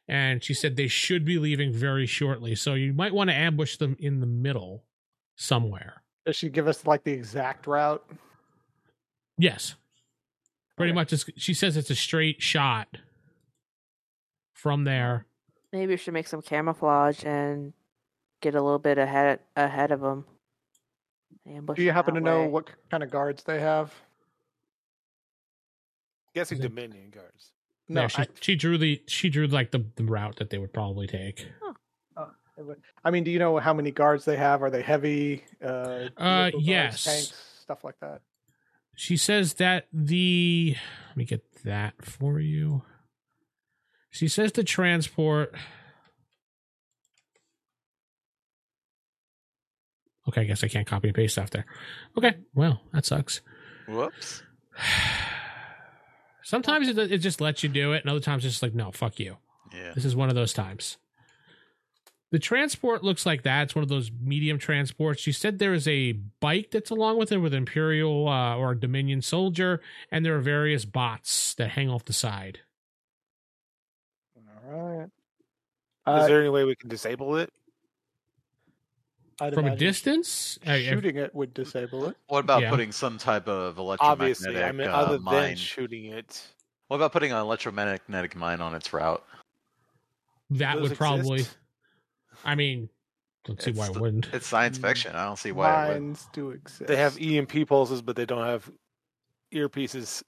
Speaker 2: And she said they should be leaving very shortly, so you might want to ambush them in the middle somewhere.
Speaker 7: Does she give us like the exact route?
Speaker 2: Yes. Pretty
Speaker 7: Okay.
Speaker 2: much, it's, she says it's a straight shot from there.
Speaker 6: Maybe we should make some camouflage and get a little bit ahead ahead of them.
Speaker 7: Do you happen to know what kind of guards they have?
Speaker 5: guessing
Speaker 2: Is it-
Speaker 5: Dominion guards.
Speaker 2: No,
Speaker 7: No,
Speaker 2: she,
Speaker 7: I-
Speaker 2: she drew the she drew like the, the route that they would probably take.
Speaker 7: I mean, do you know how many guards they have? Are they heavy? Uh,
Speaker 2: Uh,
Speaker 7: vehicle guards,
Speaker 2: yes.
Speaker 7: tanks, stuff like that.
Speaker 2: She says that the let me get that for you. She says the transport. Okay, I guess I can't copy and paste stuff there. Okay, well that sucks.
Speaker 4: Whoops.
Speaker 2: <sighs> Sometimes it, it just lets you do it, and other times it's just like, no, fuck you.
Speaker 4: Yeah.
Speaker 2: This is one of those times. The transport looks like that. It's one of those medium transports. You said there is a bike that's along with it with Imperial uh, or Dominion soldier, and there are various bots that hang off the side.
Speaker 7: All right.
Speaker 5: is
Speaker 7: Uh,
Speaker 5: there any way we can disable it?
Speaker 7: I'd
Speaker 2: From a
Speaker 7: imagine
Speaker 2: distance, I- I-
Speaker 7: shooting it would disable it.
Speaker 4: What about
Speaker 2: Yeah.
Speaker 4: putting some type of electromagnetic
Speaker 5: Obviously, I mean,
Speaker 4: uh,
Speaker 5: other
Speaker 4: mine?
Speaker 5: than shooting it,
Speaker 4: what about putting an electromagnetic mine on its route?
Speaker 2: that
Speaker 5: Those
Speaker 2: would probably.
Speaker 5: exist?
Speaker 2: I mean, don't see
Speaker 4: It's
Speaker 2: why it
Speaker 4: the-
Speaker 2: wouldn't.
Speaker 4: It's science
Speaker 7: Mm.
Speaker 4: fiction. I don't see why it wouldn't.
Speaker 7: Mines do exist.
Speaker 5: They have e EMP pulses, but they don't have earpieces.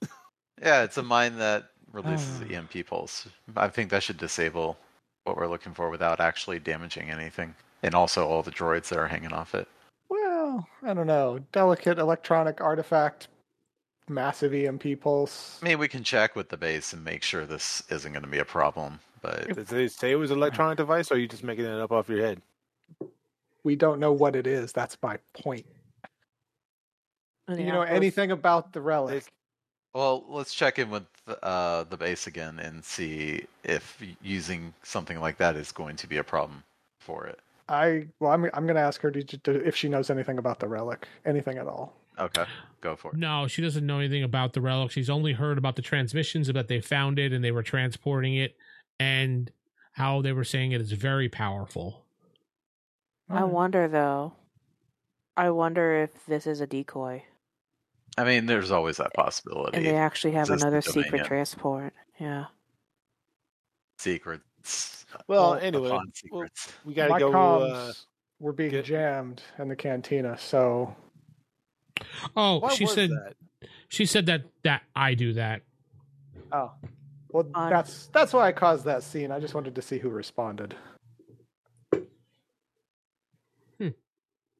Speaker 4: Yeah, it's a mine that releases
Speaker 5: Uh.
Speaker 2: Ah.
Speaker 4: EMP pulse. I think that should disable what we're looking for without actually damaging anything, and also all the droids that are hanging off it.
Speaker 7: Well, I don't know. Delicate electronic artifact, massive EMP pulse.
Speaker 4: I mean, we can check with the base and make sure this isn't going to be a problem. But
Speaker 5: Did they say it was an electronic device, or are you just making it up off your head?
Speaker 7: We don't know what it is. That's my point. Do you know anything about the relic?
Speaker 4: well, let's check in with uh, the base again and see if y- using something like that is going to be a problem for it.
Speaker 7: I well, I'm I'm gonna ask her to, to, if she knows anything about the relic, anything at all.
Speaker 4: Okay, go for it.
Speaker 2: No, she doesn't know anything about the relic. She's only heard about the transmissions that they found it and they were transporting it and how they were saying it is very powerful.
Speaker 6: I wonder though. I wonder if this is a decoy,
Speaker 4: I mean, there's always that possibility.
Speaker 6: and they actually have
Speaker 4: Just
Speaker 6: another
Speaker 4: the
Speaker 6: secret
Speaker 4: Dominion.
Speaker 6: transport. Yeah.
Speaker 4: Secrets.
Speaker 5: Well,
Speaker 7: Well,
Speaker 5: anyway,
Speaker 4: upon
Speaker 5: well,
Speaker 4: secrets.
Speaker 5: we gotta
Speaker 7: My
Speaker 5: go.
Speaker 7: comms
Speaker 5: Uh,
Speaker 7: were being
Speaker 5: get-
Speaker 7: jammed in the cantina, so
Speaker 2: Oh,
Speaker 5: why
Speaker 2: she
Speaker 5: was
Speaker 2: said
Speaker 5: that?
Speaker 2: she said that that I do that.
Speaker 7: oh, Well,
Speaker 6: Fun.
Speaker 7: that's that's why I caused that scene. I just wanted to see who responded.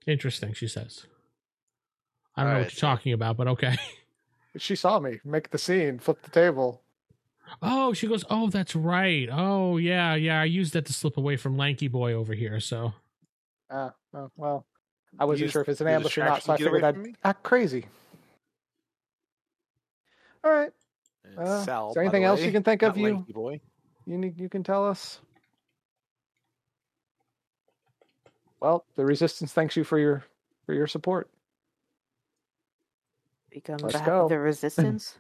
Speaker 2: Interesting, she says. I don't know
Speaker 4: Alright,
Speaker 2: what you're talking about, but okay. <laughs>
Speaker 7: She saw me make the scene, flip the table.
Speaker 2: Oh, she goes, Oh, that's right. Oh, yeah, yeah. I used that to slip away from Lanky Boy over here. So,
Speaker 7: Ah, oh, well, I wasn't
Speaker 5: Used
Speaker 7: sure if it's an
Speaker 5: the
Speaker 7: ambush or not,
Speaker 5: distraction
Speaker 7: so I
Speaker 5: to get away
Speaker 7: figured I'd
Speaker 5: from me?
Speaker 7: act crazy. All right.
Speaker 5: And
Speaker 7: Uh,
Speaker 5: Sal,
Speaker 7: is
Speaker 5: by
Speaker 7: there
Speaker 5: the
Speaker 7: anything else
Speaker 5: way,
Speaker 7: you can think of?
Speaker 5: not
Speaker 7: You
Speaker 5: lanky boy.
Speaker 7: you need, you can tell us. Well, the resistance thanks you for your for your support.
Speaker 6: Become
Speaker 7: Let's
Speaker 6: the,
Speaker 7: go. <laughs>
Speaker 6: the resistance.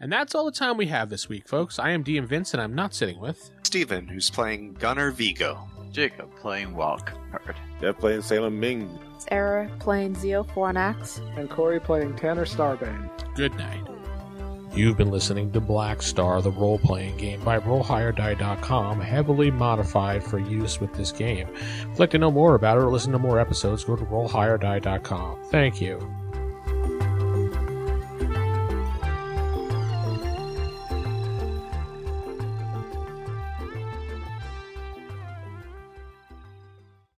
Speaker 2: and that's all the time we have this week, folks. I am DM Vince, and I'm not sitting with.
Speaker 3: Steven, who's playing Gunner Vigo.
Speaker 4: Jacob playing Walk Hard.
Speaker 5: They're playing Salem Ming.
Speaker 6: Sarah playing Zeo for an axe.
Speaker 7: And Corey playing Tanner Starbane.
Speaker 2: Good night. You've been listening to Black Star, the role playing game by RollHigherDie.com, heavily modified for use with this game. If you'd like to know more about it or listen to more episodes, go to RollHigherDie.com. Thank you.